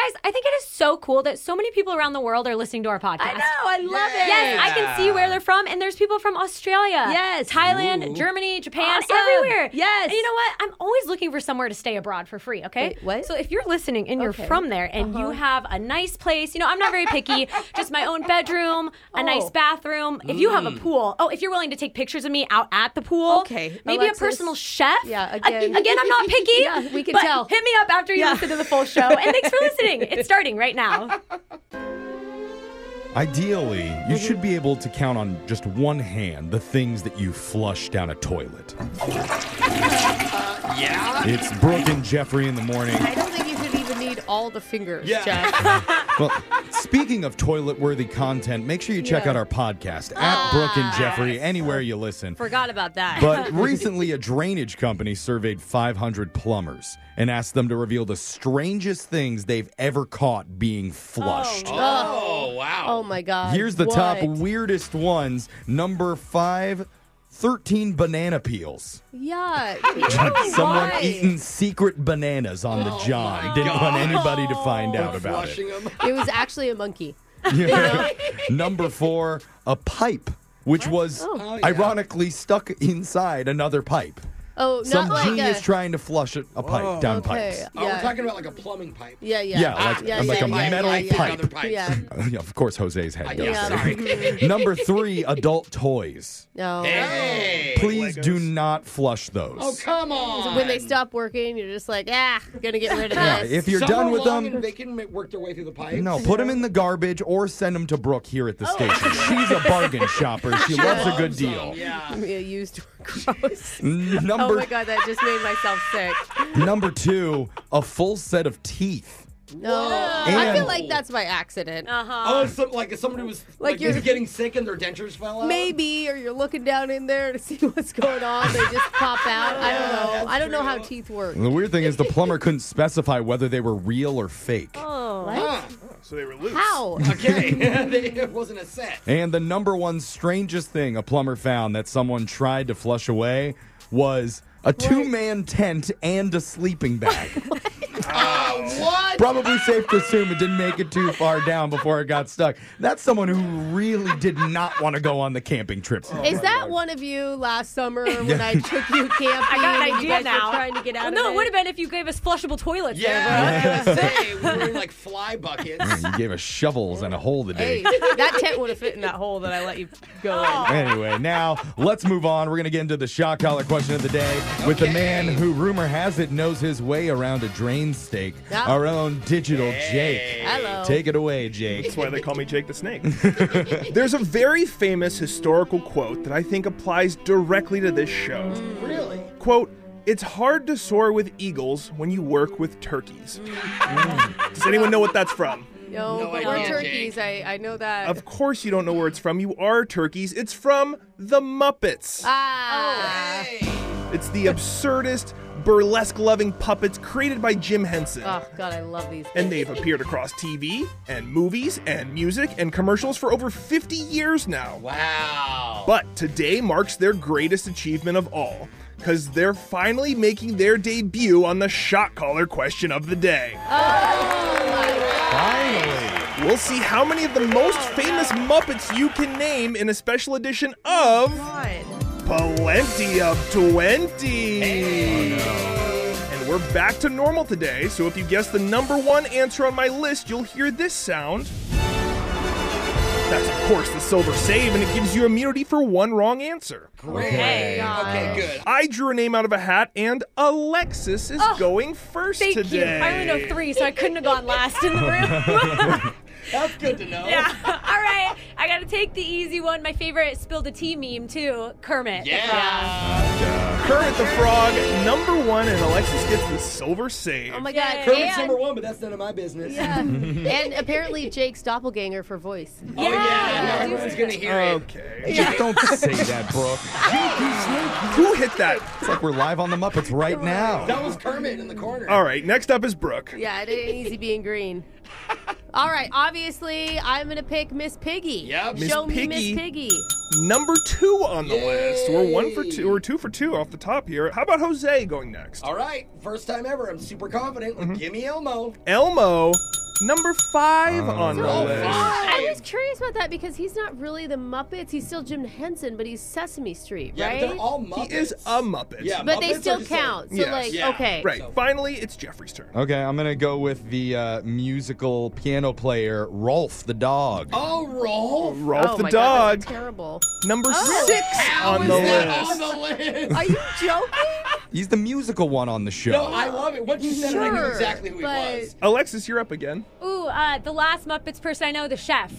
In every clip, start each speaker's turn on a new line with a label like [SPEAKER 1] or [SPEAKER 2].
[SPEAKER 1] I think it is so cool that so many people around the world are listening to our podcast.
[SPEAKER 2] I know. I love it.
[SPEAKER 1] Yes, I can see where they're from, and there's people from Australia,
[SPEAKER 2] Yes.
[SPEAKER 1] Thailand,
[SPEAKER 3] Ooh.
[SPEAKER 1] Germany, Japan,
[SPEAKER 2] Awesome.
[SPEAKER 1] everywhere.
[SPEAKER 2] Yes.
[SPEAKER 1] and you know what? I'm always looking for somewhere to stay abroad for free. Okay,
[SPEAKER 2] Wait, what?
[SPEAKER 1] So if you're listening and you're
[SPEAKER 2] Okay. Uh-huh.
[SPEAKER 1] from there and you have a nice place, you know, I'm not very picky. just my own bedroom, a
[SPEAKER 2] Oh.
[SPEAKER 1] nice bathroom. If you have a pool, oh, if you're willing to take pictures of me out at the pool,
[SPEAKER 2] Okay,
[SPEAKER 1] maybe
[SPEAKER 2] Alexis.
[SPEAKER 1] a personal chef.
[SPEAKER 2] Yeah,
[SPEAKER 1] I-
[SPEAKER 2] again.
[SPEAKER 1] again, I'm not picky.
[SPEAKER 2] Yeah, we can
[SPEAKER 1] but
[SPEAKER 2] tell.
[SPEAKER 1] Hit me up after you
[SPEAKER 2] Yeah.
[SPEAKER 1] listen to the full show. And thanks for listening. It's starting right now.
[SPEAKER 3] Ideally, you
[SPEAKER 2] Mm-hmm.
[SPEAKER 3] should be able to count on just one hand the things that you flush down a toilet. yeah. It's Brooke and Jeffrey in the morning.
[SPEAKER 2] I don't think you should even need all the fingers,
[SPEAKER 3] Yeah.
[SPEAKER 2] Jeff.
[SPEAKER 3] Well, speaking of toilet worthy content, make sure you check
[SPEAKER 2] Yeah. Ah.
[SPEAKER 3] out our podcast at Brooke and Jeffrey, anywhere you listen.
[SPEAKER 2] Forgot about that.
[SPEAKER 3] But recently, a drainage company surveyed 500 plumbers and asked them to reveal the strangest things they've ever caught being flushed.
[SPEAKER 4] Oh, wow.
[SPEAKER 2] oh my God.
[SPEAKER 3] Here's the
[SPEAKER 2] What?
[SPEAKER 3] top weirdest ones. Number five, 13 banana peels.
[SPEAKER 2] Yuck.
[SPEAKER 3] Someone
[SPEAKER 2] why?
[SPEAKER 3] eating secret bananas on
[SPEAKER 4] Oh
[SPEAKER 3] the John. Didn't want anybody to find out about it.
[SPEAKER 4] Flushing them.
[SPEAKER 2] it was actually a monkey.
[SPEAKER 3] Yeah. Number four, a pipe, which was
[SPEAKER 4] Oh, yeah.
[SPEAKER 3] ironically stuck inside another pipe.
[SPEAKER 2] Oh,
[SPEAKER 3] Some
[SPEAKER 2] not like
[SPEAKER 3] genius
[SPEAKER 2] a.
[SPEAKER 3] trying to flush a, a pipe down
[SPEAKER 2] okay.
[SPEAKER 3] pipes.
[SPEAKER 4] Oh, we're
[SPEAKER 2] Yeah.
[SPEAKER 4] talking about like a plumbing pipe.
[SPEAKER 2] yeah, yeah.
[SPEAKER 3] Yeah, like-
[SPEAKER 2] yeah,
[SPEAKER 3] like
[SPEAKER 2] yeah,
[SPEAKER 3] a
[SPEAKER 2] yeah,
[SPEAKER 3] metal
[SPEAKER 2] yeah, yeah.
[SPEAKER 3] pipe.
[SPEAKER 4] Other pipes.
[SPEAKER 2] Yeah.
[SPEAKER 3] Yeah, of course, Jose's head goes
[SPEAKER 4] Yeah,
[SPEAKER 3] there.
[SPEAKER 4] sorry.
[SPEAKER 3] Number three, adult toys.
[SPEAKER 2] No.
[SPEAKER 4] Hey,
[SPEAKER 3] Please do
[SPEAKER 4] Legos.
[SPEAKER 3] not flush those.
[SPEAKER 4] Oh, come on.
[SPEAKER 2] When they stop working, you're just like, ah, gonna get rid of
[SPEAKER 3] Yeah,
[SPEAKER 2] this.
[SPEAKER 3] if you're
[SPEAKER 4] Some
[SPEAKER 3] done
[SPEAKER 4] are
[SPEAKER 3] with
[SPEAKER 4] long
[SPEAKER 3] them,
[SPEAKER 4] and they can ma- work their way through the pipes.
[SPEAKER 3] No, put them in the garbage or send them to Brooke here at the
[SPEAKER 2] Oh.
[SPEAKER 3] station. She's a bargain shopper. She loves a good
[SPEAKER 4] Loves 'em,
[SPEAKER 3] deal.
[SPEAKER 4] Yeah.
[SPEAKER 2] Yeah, used were gross.
[SPEAKER 3] N-
[SPEAKER 2] oh
[SPEAKER 3] Number
[SPEAKER 2] my god, that just made myself sick.
[SPEAKER 3] number two, a full set of teeth.
[SPEAKER 2] No, I feel
[SPEAKER 3] And-
[SPEAKER 2] like that's by accident.
[SPEAKER 4] Oh, it's some, like if somebody was like,
[SPEAKER 2] you're-
[SPEAKER 4] maybe getting sick and their dentures fell out.
[SPEAKER 2] Maybe, or you're looking down in there to see what's going on. They just pop out. I don't know. I don't know how teeth work.
[SPEAKER 3] And the weird thing is, the plumber couldn't specify whether they were real or fake.
[SPEAKER 4] Huh.
[SPEAKER 5] So they were loose.
[SPEAKER 2] How?
[SPEAKER 4] Okay. They- it wasn't a set.
[SPEAKER 3] And the number one strangest thing a plumber found that someone tried to flush away was a two-man tent and a sleeping bag.
[SPEAKER 4] Oh, what?
[SPEAKER 3] Probably safe to assume it didn't make it too far down before it got stuck. That's someone who really did not want to go on the camping trip.
[SPEAKER 1] Oh,
[SPEAKER 2] Is that one of you last summer when I took you camping? I
[SPEAKER 1] got an idea
[SPEAKER 2] you guys were
[SPEAKER 1] now.
[SPEAKER 2] Trying to get
[SPEAKER 1] Well,
[SPEAKER 2] out
[SPEAKER 1] no,
[SPEAKER 2] of
[SPEAKER 1] it would have been if you gave us flushable toilets.
[SPEAKER 4] Yeah. I was gonna say, we were in like fly buckets.
[SPEAKER 3] You gave us shovels and a hole today.
[SPEAKER 2] Hey, that tent would have fit in that hole that I let you go
[SPEAKER 1] Oh.
[SPEAKER 2] in.
[SPEAKER 3] Anyway, now let's move on. We're going to get into the shock collar question of the day with the
[SPEAKER 4] Okay.
[SPEAKER 3] man who, rumor has it, knows his way around a drain stake,
[SPEAKER 2] Yeah.
[SPEAKER 3] our own digital Jake.
[SPEAKER 2] Hello.
[SPEAKER 3] Take it away, Jake.
[SPEAKER 5] That's why they call me Jake the Snake. There's a very famous historical quote that I think applies directly to this show.
[SPEAKER 4] really?
[SPEAKER 5] Quote, it's hard to soar with eagles when you work with turkeys. Does anyone know what that's from?
[SPEAKER 2] No,
[SPEAKER 4] No
[SPEAKER 2] but
[SPEAKER 4] idea,
[SPEAKER 2] we're
[SPEAKER 4] Jake.
[SPEAKER 2] turkeys. I, I know that.
[SPEAKER 5] Of course you don't know where it's from. You are turkeys. It's from The Muppets.
[SPEAKER 2] ah.
[SPEAKER 4] Hey.
[SPEAKER 5] It's the absurdest, burlesque loving puppets created by Jim Henson.
[SPEAKER 2] Oh, God, I love these.
[SPEAKER 5] and they've appeared across TV and movies and music and commercials for over 50 years now.
[SPEAKER 4] Wow.
[SPEAKER 5] But today marks their greatest achievement of all, because they're finally making their debut on the shot caller question of the day.
[SPEAKER 2] Oh,
[SPEAKER 3] Finally.
[SPEAKER 5] We'll see how many of the most famous Muppets you can name in a special edition of
[SPEAKER 2] God.
[SPEAKER 5] Plenty of 20. And we're back to normal today, so if you guess the number one answer on my list, you'll hear this sound. That's, of course, the silver save, and it gives you immunity for one wrong answer.
[SPEAKER 4] Great.
[SPEAKER 3] Okay.
[SPEAKER 4] Okay, good.
[SPEAKER 5] I drew a name out of a hat, and Alexis is going first
[SPEAKER 1] Oh, Thank
[SPEAKER 5] today.
[SPEAKER 1] you. I only know three, so I couldn't have gone last
[SPEAKER 2] Oh
[SPEAKER 1] in the room.
[SPEAKER 4] That's good to know.
[SPEAKER 1] yeah. All right. I got to take the easy one. My favorite spilled a tea meme, too Kermit. the Frog.
[SPEAKER 4] Yeah.
[SPEAKER 5] Kermit the Frog, number one, and Alexis gets the silver save.
[SPEAKER 2] Oh, my God.
[SPEAKER 1] Yay.
[SPEAKER 4] Kermit's
[SPEAKER 2] And,
[SPEAKER 4] number one, but that's none of my business.
[SPEAKER 2] yeah. and apparently Jake's doppelganger for voice.
[SPEAKER 4] Oh, yeah. Now everyone's going to hear it.
[SPEAKER 5] okay.
[SPEAKER 3] Just don't say that, Brooke.
[SPEAKER 5] Who hit that?
[SPEAKER 3] It's like we're live on the Muppets right now.
[SPEAKER 4] That was Kermit in the corner.
[SPEAKER 5] All right, next up is Brooke.
[SPEAKER 2] Yeah, it ain't easy being green. All right, obviously, I'm going to pick Miss Piggy.
[SPEAKER 4] Yep. Miss
[SPEAKER 2] Show me
[SPEAKER 5] Piggy.
[SPEAKER 2] Miss Piggy.
[SPEAKER 5] Number two on the
[SPEAKER 4] Yay.
[SPEAKER 5] list. We're one for two, or two for two off the top here. How about Jose going next?
[SPEAKER 3] Mm-hmm.
[SPEAKER 4] All right. First time ever. I'm super confident. Like, Give me Elmo.
[SPEAKER 5] Elmo, Number five on the
[SPEAKER 2] Oh,
[SPEAKER 5] list.
[SPEAKER 2] I was curious about that because he's not really the Muppets. He's still Jim Henson, but he's Sesame Street,
[SPEAKER 4] Yeah,
[SPEAKER 2] right?
[SPEAKER 4] but they're all Muppets.
[SPEAKER 5] He is a Muppet.
[SPEAKER 4] Yeah,
[SPEAKER 2] but they
[SPEAKER 4] Muppets are
[SPEAKER 2] still
[SPEAKER 4] just like-
[SPEAKER 2] count. so
[SPEAKER 5] Yes.
[SPEAKER 2] like,
[SPEAKER 4] Yeah.
[SPEAKER 2] okay.
[SPEAKER 5] Right. Finally, it's Jeffrey's turn.
[SPEAKER 3] Okay, I'm gonna go with the uh, musical piano player Rolf the dog.
[SPEAKER 4] Oh, roll.
[SPEAKER 5] Rolf
[SPEAKER 2] oh
[SPEAKER 5] the
[SPEAKER 2] my God,
[SPEAKER 5] dog,
[SPEAKER 2] that's terrible. Oh.
[SPEAKER 5] number six
[SPEAKER 4] How
[SPEAKER 5] on
[SPEAKER 4] is
[SPEAKER 5] the
[SPEAKER 4] that
[SPEAKER 5] list.
[SPEAKER 4] on the list?
[SPEAKER 2] Are you joking?
[SPEAKER 3] He's the musical one on the show.
[SPEAKER 4] no, I love it. What you said, I knew
[SPEAKER 2] Sure,
[SPEAKER 4] exactly who he
[SPEAKER 2] but-
[SPEAKER 4] was.
[SPEAKER 5] Alexis, you're up again.
[SPEAKER 1] Ooh, uh, the last Muppets person I know, the chef.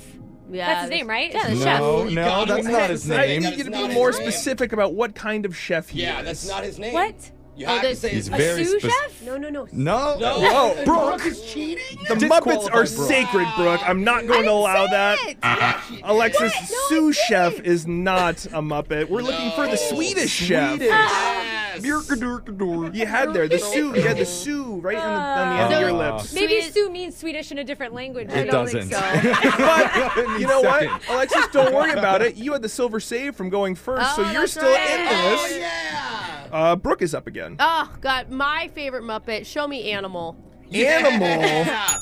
[SPEAKER 2] yeah,
[SPEAKER 1] That's his name, right?
[SPEAKER 2] Yeah, the
[SPEAKER 3] no,
[SPEAKER 2] chef.
[SPEAKER 3] no,
[SPEAKER 4] You got
[SPEAKER 3] that's
[SPEAKER 4] it.
[SPEAKER 3] not his
[SPEAKER 4] Hey,
[SPEAKER 5] I
[SPEAKER 3] name.
[SPEAKER 5] need you to
[SPEAKER 4] That's not
[SPEAKER 5] be
[SPEAKER 4] his
[SPEAKER 5] more
[SPEAKER 4] name.
[SPEAKER 5] specific about what kind of chef he
[SPEAKER 4] Yeah,
[SPEAKER 5] is.
[SPEAKER 4] that's not his name.
[SPEAKER 1] What?
[SPEAKER 4] You have to
[SPEAKER 2] that's-
[SPEAKER 4] say his
[SPEAKER 3] He's very
[SPEAKER 1] a sous
[SPEAKER 3] spec-
[SPEAKER 1] chef?
[SPEAKER 2] No, no, no.
[SPEAKER 3] No,
[SPEAKER 4] No.
[SPEAKER 5] Whoa,
[SPEAKER 4] Brooke is cheating?
[SPEAKER 5] The Muppets are sacred, Brooke. I'm not going to allow that. Alexis, sous chef is not a Muppet. We're looking for the Swedish chef.
[SPEAKER 4] Uh, Yes.
[SPEAKER 5] You had there the sous. You had the sous right on the, on the end of your lips.
[SPEAKER 1] Uh, Maybe
[SPEAKER 2] Swedish-
[SPEAKER 1] Sue means Swedish in a different language. I
[SPEAKER 3] it
[SPEAKER 1] don't
[SPEAKER 3] doesn't.
[SPEAKER 1] think so.
[SPEAKER 5] But you know what, Alexis? Don't worry about it. You had the silver save from going first, so
[SPEAKER 2] Oh,
[SPEAKER 5] you're
[SPEAKER 2] that's
[SPEAKER 5] still
[SPEAKER 2] right.
[SPEAKER 5] in
[SPEAKER 4] Oh,
[SPEAKER 5] this.
[SPEAKER 4] yeah.
[SPEAKER 5] Uh, Brooke is up again.
[SPEAKER 2] Oh God, my favorite Muppet. Show me Animal.
[SPEAKER 5] Animal.
[SPEAKER 4] Yeah.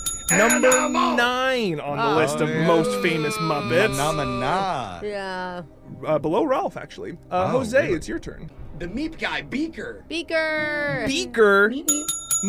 [SPEAKER 5] Number nine on
[SPEAKER 4] Oh,
[SPEAKER 5] the list of
[SPEAKER 3] yeah.
[SPEAKER 5] most famous Muppets.
[SPEAKER 3] Phenomena.
[SPEAKER 2] Yeah.
[SPEAKER 5] Uh, below Ralph, actually. Uh,
[SPEAKER 3] Oh,
[SPEAKER 5] Jose,
[SPEAKER 3] really?
[SPEAKER 5] it's your turn.
[SPEAKER 4] The Meep guy, Beaker.
[SPEAKER 2] Beaker.
[SPEAKER 5] Beaker,
[SPEAKER 4] Meep, meep.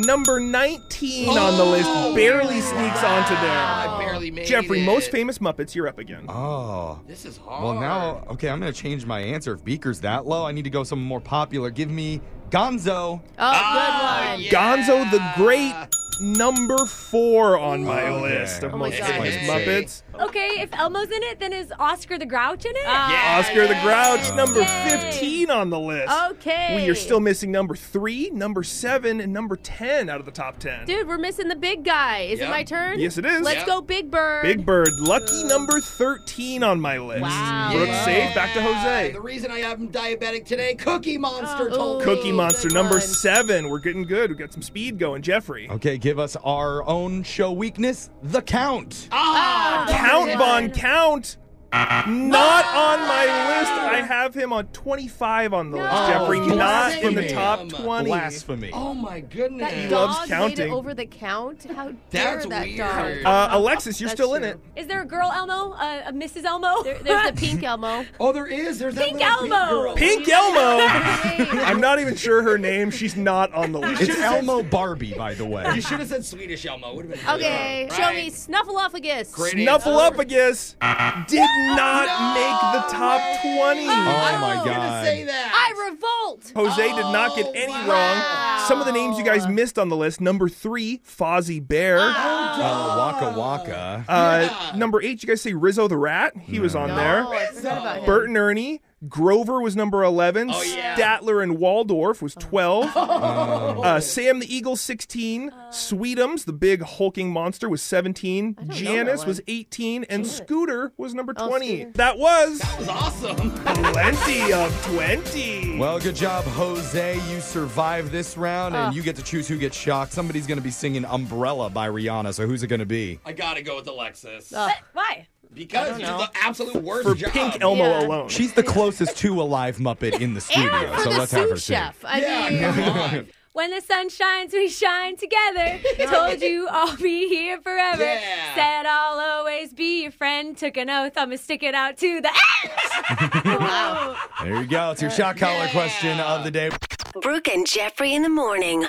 [SPEAKER 5] number 19 on the list, barely sneaks onto
[SPEAKER 4] Oh, I
[SPEAKER 5] there.
[SPEAKER 4] barely made
[SPEAKER 5] Jeffrey,
[SPEAKER 4] it.
[SPEAKER 5] most famous Muppets, you're up again.
[SPEAKER 3] Oh.
[SPEAKER 4] This is hard.
[SPEAKER 3] Well, now, okay, I'm going to change my answer. If Beaker's that low, I need to go something more popular. Give me Gonzo.
[SPEAKER 2] Oh,
[SPEAKER 5] Ah.
[SPEAKER 2] good one.
[SPEAKER 4] yeah.
[SPEAKER 5] Gonzo the Great, number four on my
[SPEAKER 3] Okay.
[SPEAKER 5] list of
[SPEAKER 3] Oh
[SPEAKER 2] my
[SPEAKER 5] most
[SPEAKER 2] God.
[SPEAKER 5] famous
[SPEAKER 4] Hey.
[SPEAKER 5] Muppets.
[SPEAKER 1] Okay, if Elmo's in it, then is Oscar the Grouch in it?
[SPEAKER 2] Ah,
[SPEAKER 4] Yeah,
[SPEAKER 5] Oscar the
[SPEAKER 4] yeah.
[SPEAKER 5] Grouch, number
[SPEAKER 1] Yay.
[SPEAKER 5] 15 on the list.
[SPEAKER 2] Okay.
[SPEAKER 5] We are still missing number three, number seven, and number 10 out of the top 10.
[SPEAKER 2] Dude, we're missing the big guy. Is
[SPEAKER 4] Yep.
[SPEAKER 2] it my turn?
[SPEAKER 5] Yes, it is.
[SPEAKER 2] Let's
[SPEAKER 4] Yep.
[SPEAKER 2] go, Big Bird.
[SPEAKER 5] Big Bird, lucky number 13 on my list.
[SPEAKER 2] Wow.
[SPEAKER 5] Brooke
[SPEAKER 4] Yeah.
[SPEAKER 5] save, back to Jose.
[SPEAKER 4] The reason I am diabetic today, Cookie Monster
[SPEAKER 2] Oh.
[SPEAKER 4] told me.
[SPEAKER 5] Cookie
[SPEAKER 2] Ooh,
[SPEAKER 5] Monster
[SPEAKER 2] good
[SPEAKER 5] number
[SPEAKER 2] one.
[SPEAKER 5] seven. We're getting good. We got some speed going, Jeffrey.
[SPEAKER 3] Okay, give us our own show weakness, The Count.
[SPEAKER 4] Ah,
[SPEAKER 5] Count
[SPEAKER 2] good
[SPEAKER 5] Von
[SPEAKER 2] one.
[SPEAKER 5] Count. Not on my list. I have him on 25 on the list, Jeffrey.
[SPEAKER 3] Oh,
[SPEAKER 5] Not in the
[SPEAKER 3] blasphemy.
[SPEAKER 5] top 20.
[SPEAKER 3] Blasphemy.
[SPEAKER 4] Oh my goodness.
[SPEAKER 2] That
[SPEAKER 5] He
[SPEAKER 2] dog
[SPEAKER 5] loves
[SPEAKER 2] made
[SPEAKER 5] counting.
[SPEAKER 2] it over the count. How dare
[SPEAKER 4] That's
[SPEAKER 2] that
[SPEAKER 4] weird.
[SPEAKER 2] dog?
[SPEAKER 5] Uh, Alexis, you're
[SPEAKER 2] That's
[SPEAKER 5] still in
[SPEAKER 2] true.
[SPEAKER 5] it.
[SPEAKER 1] Is there a girl Elmo? Uh, a Mrs. Elmo?
[SPEAKER 2] There- there's the pink Elmo.
[SPEAKER 4] oh, there is. There's
[SPEAKER 1] Pink
[SPEAKER 4] that little
[SPEAKER 1] Elmo.
[SPEAKER 4] girl.
[SPEAKER 5] Pink Elmo.
[SPEAKER 2] Hey.
[SPEAKER 5] I'm not even sure her name. She's not on the list.
[SPEAKER 3] It's Elmo Barbie, by the way.
[SPEAKER 4] You should have said Swedish Elmo. Would have been
[SPEAKER 2] Okay,
[SPEAKER 4] good.
[SPEAKER 2] show
[SPEAKER 4] Right.
[SPEAKER 2] me Snuffleupagus.
[SPEAKER 4] Great
[SPEAKER 5] Snuffleupagus did not
[SPEAKER 4] No
[SPEAKER 5] make the top
[SPEAKER 4] way.
[SPEAKER 5] 20.
[SPEAKER 3] Oh,
[SPEAKER 4] I
[SPEAKER 3] my
[SPEAKER 4] was gonna
[SPEAKER 3] God.
[SPEAKER 4] say that.
[SPEAKER 2] I revolt.
[SPEAKER 5] Jose did not get any
[SPEAKER 4] Oh,
[SPEAKER 5] wrong. Some of the names you guys missed on the list. Number three, Fozzie Bear.
[SPEAKER 3] Uh, waka Waka. Mm-hmm.
[SPEAKER 5] Uh,
[SPEAKER 4] Oh, Yeah.
[SPEAKER 5] Number eight, you guys see Rizzo the Rat. He was on
[SPEAKER 2] Oh,
[SPEAKER 5] there.
[SPEAKER 2] I forgot about him.
[SPEAKER 5] Bert and Ernie. Grover was number 11.
[SPEAKER 4] Oh, yeah.
[SPEAKER 5] Statler and Waldorf was 12.
[SPEAKER 2] Oh.
[SPEAKER 5] Uh, Sam the Eagle, 16.
[SPEAKER 2] Uh.
[SPEAKER 5] Sweetums, the big hulking monster, was 17.
[SPEAKER 2] know that
[SPEAKER 5] Janice
[SPEAKER 2] one.
[SPEAKER 5] was 18. And Scooter was number
[SPEAKER 2] Oh,
[SPEAKER 5] 20.
[SPEAKER 2] Scooter.
[SPEAKER 5] that was
[SPEAKER 4] That was awesome.
[SPEAKER 5] plenty of 20.
[SPEAKER 3] Well, good job, Jose. You survived this round, and you get to choose who gets shocked. Somebody's going to be singing Umbrella by Rihanna, so who's it going to be?
[SPEAKER 4] I gotta go with Alexis
[SPEAKER 2] Uh,
[SPEAKER 1] But why?
[SPEAKER 4] because it's the absolute worst
[SPEAKER 5] for
[SPEAKER 4] job.
[SPEAKER 5] Pink Elmo
[SPEAKER 2] Yeah.
[SPEAKER 5] alone.
[SPEAKER 3] She's the closest to a live Muppet in the studio,
[SPEAKER 2] and for
[SPEAKER 3] so
[SPEAKER 2] the
[SPEAKER 3] let's have her
[SPEAKER 2] sous
[SPEAKER 3] sing.
[SPEAKER 2] chef. I
[SPEAKER 4] Yeah,
[SPEAKER 2] mean,
[SPEAKER 4] come on.
[SPEAKER 1] When the sun shines, we shine together. Told you I'll be here forever.
[SPEAKER 4] Yeah.
[SPEAKER 1] Said I'll always be your friend. Took an oath, I'ma stick it out to the
[SPEAKER 3] There you go. It's your shock collar
[SPEAKER 4] Yeah.
[SPEAKER 3] question of the day.
[SPEAKER 6] Brooke and Jeffrey in the morning.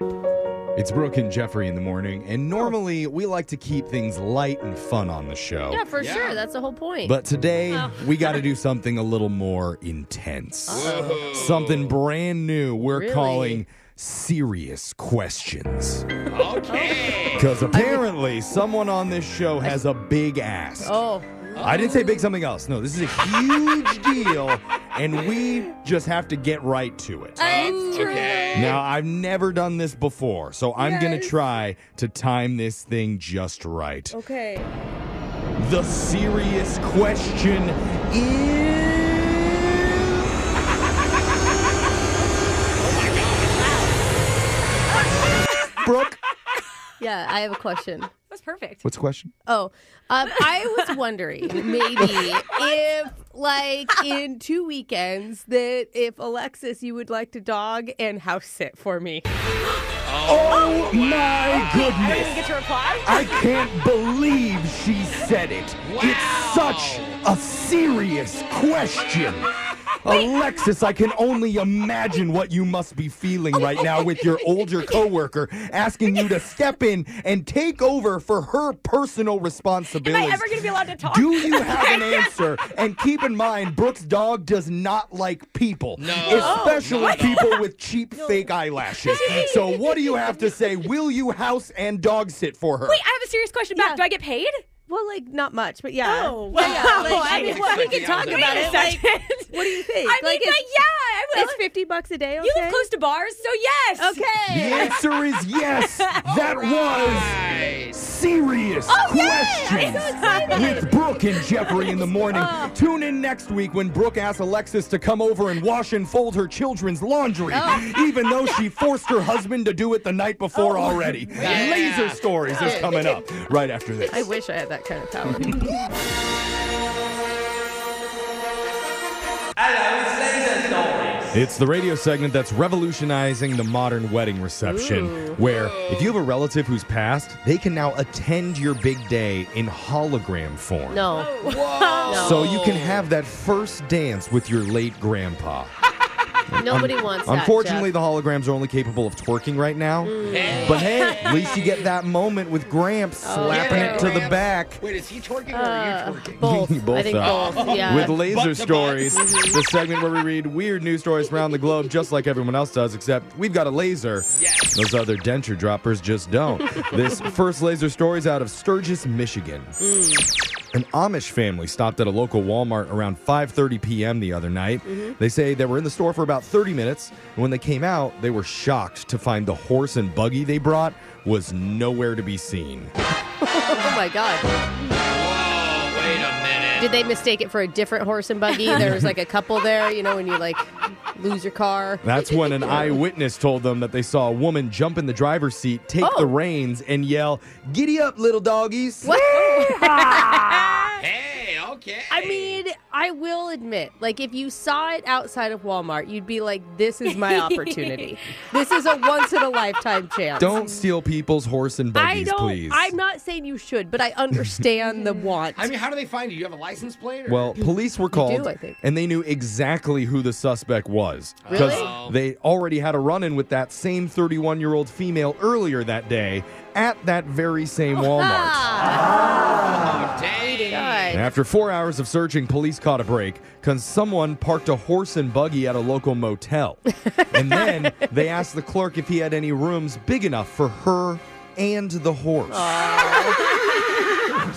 [SPEAKER 3] It's Brooke and Jeffrey in the morning, and normally we like to keep things light and fun on the show.
[SPEAKER 5] Oh,
[SPEAKER 2] yeah, for
[SPEAKER 4] Yeah.
[SPEAKER 2] sure. That's the whole point.
[SPEAKER 3] But today,
[SPEAKER 2] Oh.
[SPEAKER 3] we got to do something a little more intense.
[SPEAKER 4] Whoa.
[SPEAKER 3] Something brand new we're
[SPEAKER 2] Oh. Really?
[SPEAKER 3] calling serious questions.
[SPEAKER 4] Okay.
[SPEAKER 3] Because apparently, someone on this show has a big ass.
[SPEAKER 2] oh,
[SPEAKER 3] I didn't say big something else. No, this is a huge deal, and we just have to get right to it.
[SPEAKER 1] It's true.
[SPEAKER 4] Okay.
[SPEAKER 3] Now, I've never done this before, so I'm going to try to time this thing just right. Okay. The serious question is. Brooke.
[SPEAKER 2] yeah. I have a question.
[SPEAKER 1] That was perfect.
[SPEAKER 3] What's the question?
[SPEAKER 2] Oh, um, I was wondering maybe if, like, in two weekends, that if Alexis, you would like to dog and house sit for me.
[SPEAKER 3] Oh, my
[SPEAKER 1] I didn't
[SPEAKER 3] goodness.
[SPEAKER 1] get to reply.
[SPEAKER 3] I can't believe she said it. It's such a serious question. Alexis, I can only imagine what you must be feeling right now with your older coworker asking you to step in and take over for her personal
[SPEAKER 1] Am I
[SPEAKER 3] responsibilities.
[SPEAKER 1] ever gonna be allowed to talk?
[SPEAKER 3] Do you have an answer? And keep in mind, Brooke's dog does not like people,
[SPEAKER 4] No.
[SPEAKER 3] especially
[SPEAKER 4] No, no.
[SPEAKER 3] people with cheap fake eyelashes. So, what do you have to say? Will you house and dog sit for her?
[SPEAKER 1] Wait, I have a serious question back.
[SPEAKER 2] Yeah.
[SPEAKER 1] Do I get paid?
[SPEAKER 2] Well, like not much, but yeah.
[SPEAKER 1] wow.
[SPEAKER 2] yeah, yeah, like,
[SPEAKER 1] I mean, what, we can talk
[SPEAKER 4] Wait
[SPEAKER 1] about
[SPEAKER 4] a
[SPEAKER 1] it. Like,
[SPEAKER 2] What do you think?
[SPEAKER 1] I mean,
[SPEAKER 2] like,
[SPEAKER 1] that,
[SPEAKER 2] it's,
[SPEAKER 1] yeah, I will.
[SPEAKER 2] it's fifty bucks a day. Okay?
[SPEAKER 1] you live close to bars, so yes.
[SPEAKER 3] The
[SPEAKER 2] Okay.
[SPEAKER 3] answer is yes. That was serious
[SPEAKER 1] Oh,
[SPEAKER 4] Oh,
[SPEAKER 3] questions with Brooke and Jeffrey in the morning. Tune in next week when Brooke asks Alexis to come over and wash and fold her children's laundry, even though she forced her husband to do it the night before already. Laser stories is coming up right after this.
[SPEAKER 2] I wish I had that kind of power.
[SPEAKER 3] It's the radio segment that's revolutionizing the modern wedding reception, where if you have a relative who's passed, they can now attend your big day in hologram form.
[SPEAKER 2] no.
[SPEAKER 3] So you can have that first dance with your late grandpa.
[SPEAKER 2] Nobody wants that.
[SPEAKER 3] Unfortunately,
[SPEAKER 2] Jeff. Mm.
[SPEAKER 3] the holograms are only capable of twerking right now. But hey, at least you get that moment with Gramps
[SPEAKER 2] Oh,
[SPEAKER 3] slapping
[SPEAKER 4] Yeah,
[SPEAKER 3] it to the
[SPEAKER 4] Gramps.
[SPEAKER 3] back.
[SPEAKER 4] Wait, is he twerking or are you twerking?
[SPEAKER 2] Uh, both.
[SPEAKER 3] Both
[SPEAKER 2] I think
[SPEAKER 3] are.
[SPEAKER 2] both. Mm-hmm. Yeah.
[SPEAKER 4] Butt
[SPEAKER 3] With
[SPEAKER 4] to
[SPEAKER 3] Laser
[SPEAKER 4] butt.
[SPEAKER 3] Stories, the segment where we read weird news stories around the globe just like everyone else does, except we've got a laser.
[SPEAKER 4] Yes.
[SPEAKER 3] Those other denture droppers just don't. this first laser story is out of Sturgis, Michigan.
[SPEAKER 7] Mm.
[SPEAKER 3] An Amish family stopped at a local Walmart around 5:30 p.m. the other night.
[SPEAKER 2] Mm-hmm.
[SPEAKER 3] They say they were in the store for about 30 minutes, and when they came out, they were shocked to find the horse and buggy they brought was nowhere to be seen.
[SPEAKER 2] oh my God.
[SPEAKER 4] Oh, wait a minute.
[SPEAKER 2] Did they mistake it for a different horse and buggy? There was like a couple there. You know when you like lose your car.
[SPEAKER 3] That's when an eyewitness told them that they saw a woman jump in the driver's seat, take
[SPEAKER 2] Oh.
[SPEAKER 3] the reins, and yell, "Giddy up, little doggies!"
[SPEAKER 4] Hey, okay.
[SPEAKER 2] I mean, I will admit, like if you saw it outside of Walmart, you'd be like, "This is my opportunity. this is a once in a lifetime chance."
[SPEAKER 3] Don't steal people's horse and
[SPEAKER 2] I
[SPEAKER 3] buggies,
[SPEAKER 2] don't.
[SPEAKER 3] please.
[SPEAKER 2] I'm not saying you should, but I understand the want.
[SPEAKER 4] I mean, how do they find you? You have a license plate? Or?
[SPEAKER 3] Well, police were called,
[SPEAKER 2] I think.
[SPEAKER 3] and they knew exactly who the suspect was because
[SPEAKER 4] Really?
[SPEAKER 3] they already had a run-in with that same 31-year-old female earlier that day at that very same Walmart.
[SPEAKER 2] Ah,
[SPEAKER 4] oh, dang.
[SPEAKER 2] God.
[SPEAKER 3] And after four hours of searching, police caught a break because someone parked a horse and buggy at a local motel, and then they asked the clerk if he had any rooms big enough for her and the horse.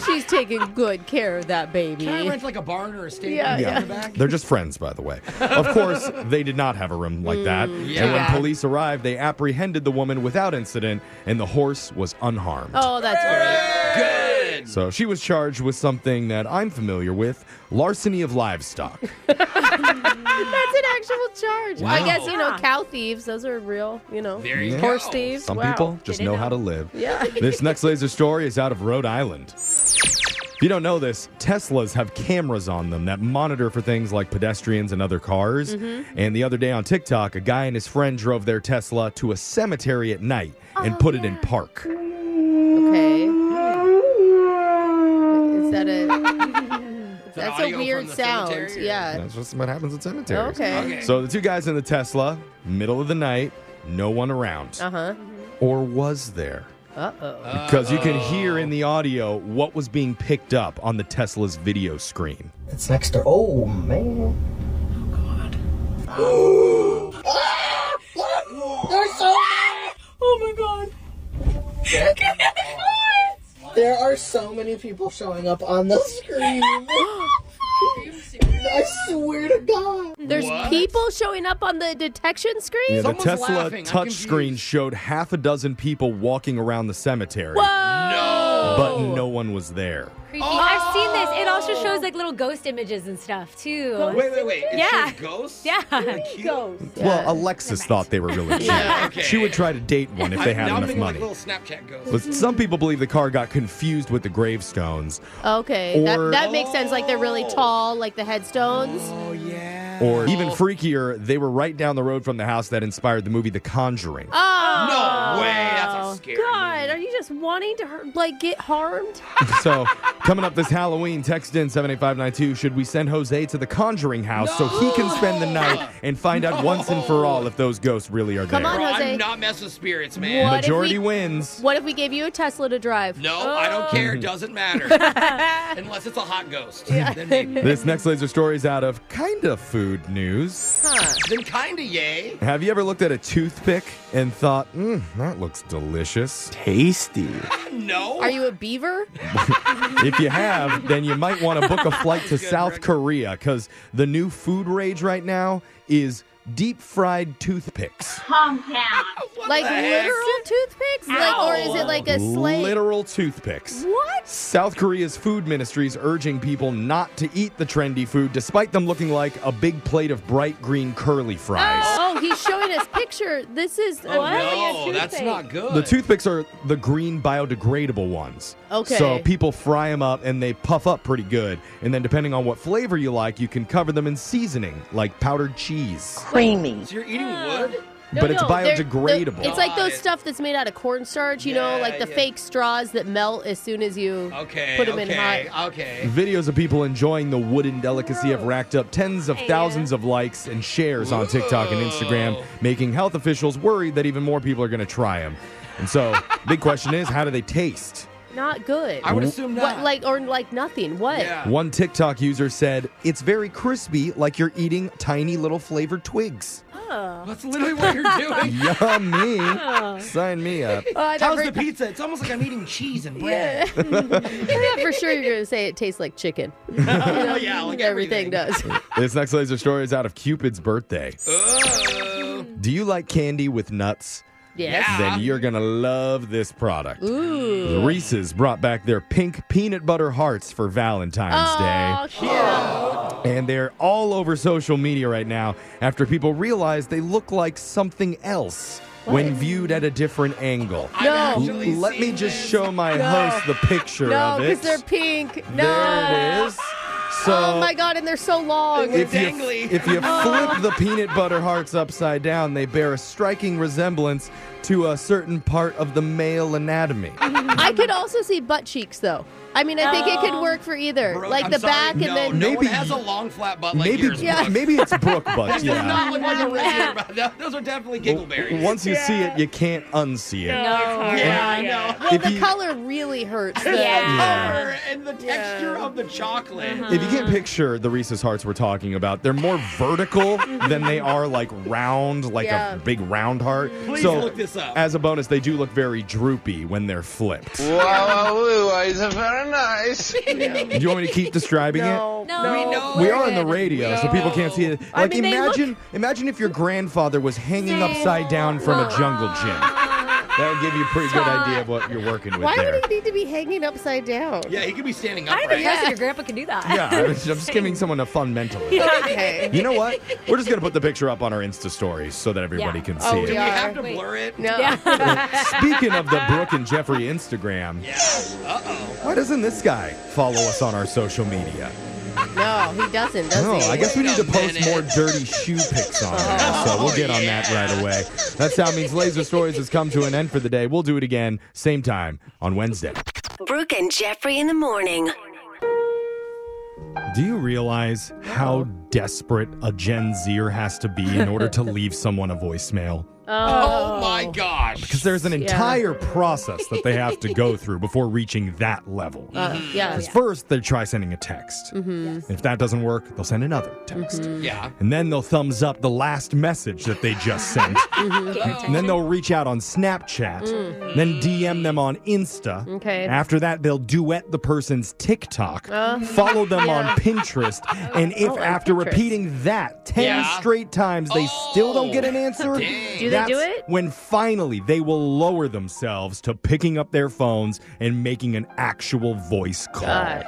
[SPEAKER 2] She's taking good care of that baby.
[SPEAKER 4] Can I rent like a barn or a stable
[SPEAKER 2] Yeah,
[SPEAKER 4] in
[SPEAKER 3] yeah.
[SPEAKER 4] the back?
[SPEAKER 3] They're just friends, by the way. Of course, they did not have a room like that. And when
[SPEAKER 4] yeah.
[SPEAKER 3] police arrived, they apprehended the woman without incident, and the horse was unharmed.
[SPEAKER 2] Oh, that's great.
[SPEAKER 4] Good.
[SPEAKER 3] So she was charged with something that I'm familiar with larceny of livestock.
[SPEAKER 2] Oh, That's an actual charge. I
[SPEAKER 4] Wow.
[SPEAKER 2] guess you know
[SPEAKER 1] Yeah.
[SPEAKER 2] cow thieves. Those are real. You know,
[SPEAKER 4] There you
[SPEAKER 2] horse
[SPEAKER 4] go.
[SPEAKER 2] thieves.
[SPEAKER 3] Some
[SPEAKER 2] wow.
[SPEAKER 3] people just
[SPEAKER 1] Didn't
[SPEAKER 3] know
[SPEAKER 1] know.
[SPEAKER 3] how to live.
[SPEAKER 2] Yeah.
[SPEAKER 3] This next laser story is out of Rhode Island. If you don't know this, Teslas have cameras on them that monitor for things like pedestrians and other cars. And the other day on TikTok, a guy and his friend drove their Tesla to a cemetery at night and put it in park.
[SPEAKER 2] Okay. Is that a? That's a
[SPEAKER 4] audio from
[SPEAKER 2] weird
[SPEAKER 4] the
[SPEAKER 2] sound.
[SPEAKER 4] cemetery, or-
[SPEAKER 2] Yeah.
[SPEAKER 3] That's just what happens at cemeteries.
[SPEAKER 2] Okay.
[SPEAKER 4] Okay.
[SPEAKER 3] So the two guys in the Tesla, middle of the night, no one around.
[SPEAKER 2] Uh huh.
[SPEAKER 3] Or was there?
[SPEAKER 2] Uh oh.
[SPEAKER 3] Because you can hear in the audio what was being picked up on the Tesla's video screen.
[SPEAKER 8] It's next door. Oh man. Oh god. There's so many. Oh my god. There are so many people showing up on the screen. I swear to God.
[SPEAKER 2] There's people showing up on the detection screen.
[SPEAKER 3] Yeah, the
[SPEAKER 4] Someone's
[SPEAKER 3] Tesla
[SPEAKER 4] laughing. I'm
[SPEAKER 3] touchscreen
[SPEAKER 4] confused.
[SPEAKER 3] showed half a dozen people walking around the cemetery,
[SPEAKER 2] Whoa.
[SPEAKER 3] but no one was there.
[SPEAKER 1] Creepy. I've seen this. It
[SPEAKER 2] Oh.
[SPEAKER 1] also shows like little ghost images and stuff too.
[SPEAKER 4] Wait, wait, wait. It
[SPEAKER 1] Yeah.
[SPEAKER 4] shows ghosts?
[SPEAKER 1] Yeah.
[SPEAKER 4] Like cute?
[SPEAKER 3] Well, Alexis thought they were really cute.
[SPEAKER 4] Yeah, okay.
[SPEAKER 3] She would try to date one if
[SPEAKER 4] I-
[SPEAKER 3] they had
[SPEAKER 4] now I'm
[SPEAKER 3] enough
[SPEAKER 4] thinking
[SPEAKER 3] money.
[SPEAKER 4] Like little Snapchat ghosts.
[SPEAKER 3] But some people believe the car got confused with the gravestones
[SPEAKER 2] Okay,
[SPEAKER 3] Or-
[SPEAKER 2] that, that makes sense. Like they're really tall, like the headstones.
[SPEAKER 4] oh yeah.
[SPEAKER 3] Or even freakier, they were right down the road from the house that inspired the movie The Conjuring.
[SPEAKER 2] Oh,
[SPEAKER 4] no way.
[SPEAKER 2] was wanting to hurt, like get harmed.
[SPEAKER 3] So, coming up this Halloween, text in 78592. Should we send Jose to the Conjuring house so he can spend the night and find out once and for all if those ghosts really are
[SPEAKER 2] Come
[SPEAKER 3] there?
[SPEAKER 2] on,
[SPEAKER 4] Bro,
[SPEAKER 2] Jose.
[SPEAKER 4] I'm not messing with spirits, man.
[SPEAKER 2] What? if
[SPEAKER 3] Majority
[SPEAKER 2] we-
[SPEAKER 3] wins.
[SPEAKER 2] What if we gave you a Tesla to drive?
[SPEAKER 4] No, I don't
[SPEAKER 1] Oh.
[SPEAKER 4] care. Doesn't matter. Unless it's a hot ghost. Then maybe.
[SPEAKER 3] This next laser story is out of kind of food news.
[SPEAKER 4] Then kinda yay.
[SPEAKER 3] Have you ever looked at a toothpick and thought, mm, that looks delicious?
[SPEAKER 9] Tasty.
[SPEAKER 4] No.
[SPEAKER 2] Are you a beaver?
[SPEAKER 3] If you have, then you might want to book a flight to South Korea because the new food rage right now is deep fried toothpicks.
[SPEAKER 2] like
[SPEAKER 4] the heck?
[SPEAKER 2] literal toothpicks? Like, or is it like a slate?
[SPEAKER 3] Literal toothpicks.
[SPEAKER 2] What?
[SPEAKER 3] South Korea's food ministry is urging people not to eat the trendy food despite them looking like a big plate of bright green curly fries.
[SPEAKER 2] Oh, he's showing us picture. This is a really a
[SPEAKER 4] Oh, No, that's
[SPEAKER 2] toothpaste.
[SPEAKER 4] not good.
[SPEAKER 3] The toothpicks are the green biodegradable ones.
[SPEAKER 2] Okay.
[SPEAKER 3] So people fry them up and they puff up pretty good. And then, depending on what flavor you like, you can cover them in seasoning like powdered cheese.
[SPEAKER 4] So you're eating wood?
[SPEAKER 2] Uh, No,
[SPEAKER 3] but it's
[SPEAKER 2] no, they're-
[SPEAKER 3] biodegradable.
[SPEAKER 2] the- it's like those
[SPEAKER 4] Got it.
[SPEAKER 2] stuff that's made out of cornstarch, you know,
[SPEAKER 4] Yeah,
[SPEAKER 2] like the
[SPEAKER 4] yeah.
[SPEAKER 2] fake straws that melt as soon as you
[SPEAKER 4] Okay.
[SPEAKER 2] put them
[SPEAKER 4] okay,
[SPEAKER 2] in hot.
[SPEAKER 4] Okay.
[SPEAKER 3] Videos of people enjoying the wooden delicacy have racked up tens of thousands of likes and shares on TikTok and Instagram,
[SPEAKER 4] Whoa.
[SPEAKER 3] making health officials worried that even more people are going to try them. And so, big question is, how do they taste?
[SPEAKER 2] Not good.
[SPEAKER 4] I would assume not.
[SPEAKER 2] What, like or like nothing. What?
[SPEAKER 4] Yeah.
[SPEAKER 3] One TikTok user said, "It's very crispy, like you're eating tiny little flavored twigs."
[SPEAKER 4] That's literally what you're doing.
[SPEAKER 3] Yummy! Sign me up.
[SPEAKER 2] Oh, I thought
[SPEAKER 4] How's
[SPEAKER 2] for,
[SPEAKER 4] the pizza? It's almost like I'm eating cheese and bread.
[SPEAKER 2] I thought for sure you're going to say it tastes like chicken.
[SPEAKER 4] Oh, yeah, like
[SPEAKER 2] everything, does.
[SPEAKER 3] This next laser story is out of Cupid's birthday.
[SPEAKER 4] Oh.
[SPEAKER 3] Do you like candy with nuts?
[SPEAKER 2] yes.
[SPEAKER 3] Then you're gonna love this product.
[SPEAKER 2] Ooh.
[SPEAKER 3] Reese's brought back their pink peanut butter hearts for Valentine's
[SPEAKER 2] Oh, cute.
[SPEAKER 3] Day, and they're all over social media right now after people realize they look like something else when viewed at a different angle.
[SPEAKER 4] I've
[SPEAKER 2] No.
[SPEAKER 4] actually
[SPEAKER 3] Let me
[SPEAKER 4] seen
[SPEAKER 3] just
[SPEAKER 4] this.
[SPEAKER 3] show my host the picture
[SPEAKER 2] No,
[SPEAKER 3] of
[SPEAKER 2] because
[SPEAKER 3] it.
[SPEAKER 2] they're pink. No.
[SPEAKER 3] There it is. So
[SPEAKER 2] oh my god, and they're so long.
[SPEAKER 4] They're
[SPEAKER 3] if you
[SPEAKER 4] dangly.
[SPEAKER 3] if you flip the peanut butter hearts upside down, they bear a striking resemblance to a certain part of the male anatomy.
[SPEAKER 2] I could also see butt cheeks though. I mean, I think it
[SPEAKER 3] Oh.
[SPEAKER 2] could work for either,
[SPEAKER 4] Brooke,
[SPEAKER 2] like
[SPEAKER 4] I'm
[SPEAKER 2] the
[SPEAKER 4] sorry.
[SPEAKER 2] back
[SPEAKER 4] no,
[SPEAKER 2] and then
[SPEAKER 4] no one
[SPEAKER 3] Maybe-
[SPEAKER 4] has a long flat butt like
[SPEAKER 3] Maybe
[SPEAKER 4] yours.
[SPEAKER 2] Yeah.
[SPEAKER 4] Brooke.
[SPEAKER 3] maybe it's Brooke Buck.
[SPEAKER 4] Does not
[SPEAKER 3] yeah.
[SPEAKER 4] look like a regular butt. Those are definitely giggleberries.
[SPEAKER 3] Once you see it, you can't unsee it.
[SPEAKER 4] yeah, I know.
[SPEAKER 2] Well,
[SPEAKER 3] If
[SPEAKER 2] the
[SPEAKER 3] you-
[SPEAKER 2] color really hurts. though.
[SPEAKER 1] Yeah.
[SPEAKER 4] Color and the texture of the chocolate.
[SPEAKER 2] Uh-huh.
[SPEAKER 3] If you can't picture the Reese's hearts we're talking about, they're more vertical than they are like round, like
[SPEAKER 2] Yeah.
[SPEAKER 3] a big round heart.
[SPEAKER 4] Please look this up.
[SPEAKER 3] As a bonus, they do look very droopy when they're flipped. Do
[SPEAKER 10] Wow, blue eyes are very nice.
[SPEAKER 3] you want me to keep describing
[SPEAKER 2] No,
[SPEAKER 1] No.
[SPEAKER 2] no.
[SPEAKER 1] We know
[SPEAKER 3] it? We are on the radio, so people can't see it. Like
[SPEAKER 2] Oh, I mean, they
[SPEAKER 3] imagine imagine if your grandfather was hanging upside down from a jungle gym. That would give you a pretty good idea of what you're working with
[SPEAKER 2] Why
[SPEAKER 3] there.
[SPEAKER 2] would he need to be hanging upside down?
[SPEAKER 4] Yeah, he could be standing
[SPEAKER 1] I'm
[SPEAKER 4] upright.
[SPEAKER 1] impressed that your grandpa can do that.
[SPEAKER 3] yeah, I was- I'm just giving someone a fun mentally.
[SPEAKER 2] Okay.
[SPEAKER 3] You know what? We're just gonna put the picture up on our Insta stories so that everybody
[SPEAKER 1] Yeah.
[SPEAKER 3] can see
[SPEAKER 2] Oh,
[SPEAKER 3] it.
[SPEAKER 4] Do we
[SPEAKER 2] Yeah.
[SPEAKER 4] have to
[SPEAKER 1] Wait.
[SPEAKER 4] blur it?
[SPEAKER 2] No.
[SPEAKER 3] Speaking of the Brooke and Jeffrey Instagram,
[SPEAKER 4] Yeah. Uh oh.
[SPEAKER 3] why doesn't this guy follow us on our social media?
[SPEAKER 2] No, he doesn't, does
[SPEAKER 3] Oh,
[SPEAKER 2] he?
[SPEAKER 3] I guess we need to
[SPEAKER 4] Wait a
[SPEAKER 3] post
[SPEAKER 4] minute.
[SPEAKER 3] more dirty shoe pics on there. So we'll get on that right away. That sound means Laser Stories has come to an end for the day. We'll do it again, same time on Wednesday.
[SPEAKER 6] Brooke and Jeffrey in the morning.
[SPEAKER 3] Do you realize how desperate a Gen Zer has to be in order to leave someone a voicemail?
[SPEAKER 4] Oh, my gosh.
[SPEAKER 3] Because there's an entire process that they have to go through before reaching that level.
[SPEAKER 2] Uh, yeah.
[SPEAKER 3] Because first, they try sending a text.
[SPEAKER 2] Mm-hmm.
[SPEAKER 3] If that doesn't work, they'll send another text.
[SPEAKER 4] Yeah.
[SPEAKER 3] And then they'll thumbs up the last message that they just sent.
[SPEAKER 2] Mm-hmm.
[SPEAKER 3] and then they'll reach out on Snapchat,
[SPEAKER 2] Mm.
[SPEAKER 3] then DM them on Insta.
[SPEAKER 2] Okay. Uh.
[SPEAKER 3] After that, they'll duet the person's TikTok, follow them on Pinterest, and if
[SPEAKER 2] Oh, on
[SPEAKER 3] after
[SPEAKER 2] Pinterest.
[SPEAKER 3] repeating that 10
[SPEAKER 4] Yeah.
[SPEAKER 3] straight times they still don't get an
[SPEAKER 4] Oh,
[SPEAKER 3] answer,
[SPEAKER 4] dang.
[SPEAKER 2] Do they
[SPEAKER 3] that's
[SPEAKER 2] do it?
[SPEAKER 3] when finally they will lower themselves to picking up their phones and making an actual voice call.
[SPEAKER 2] God.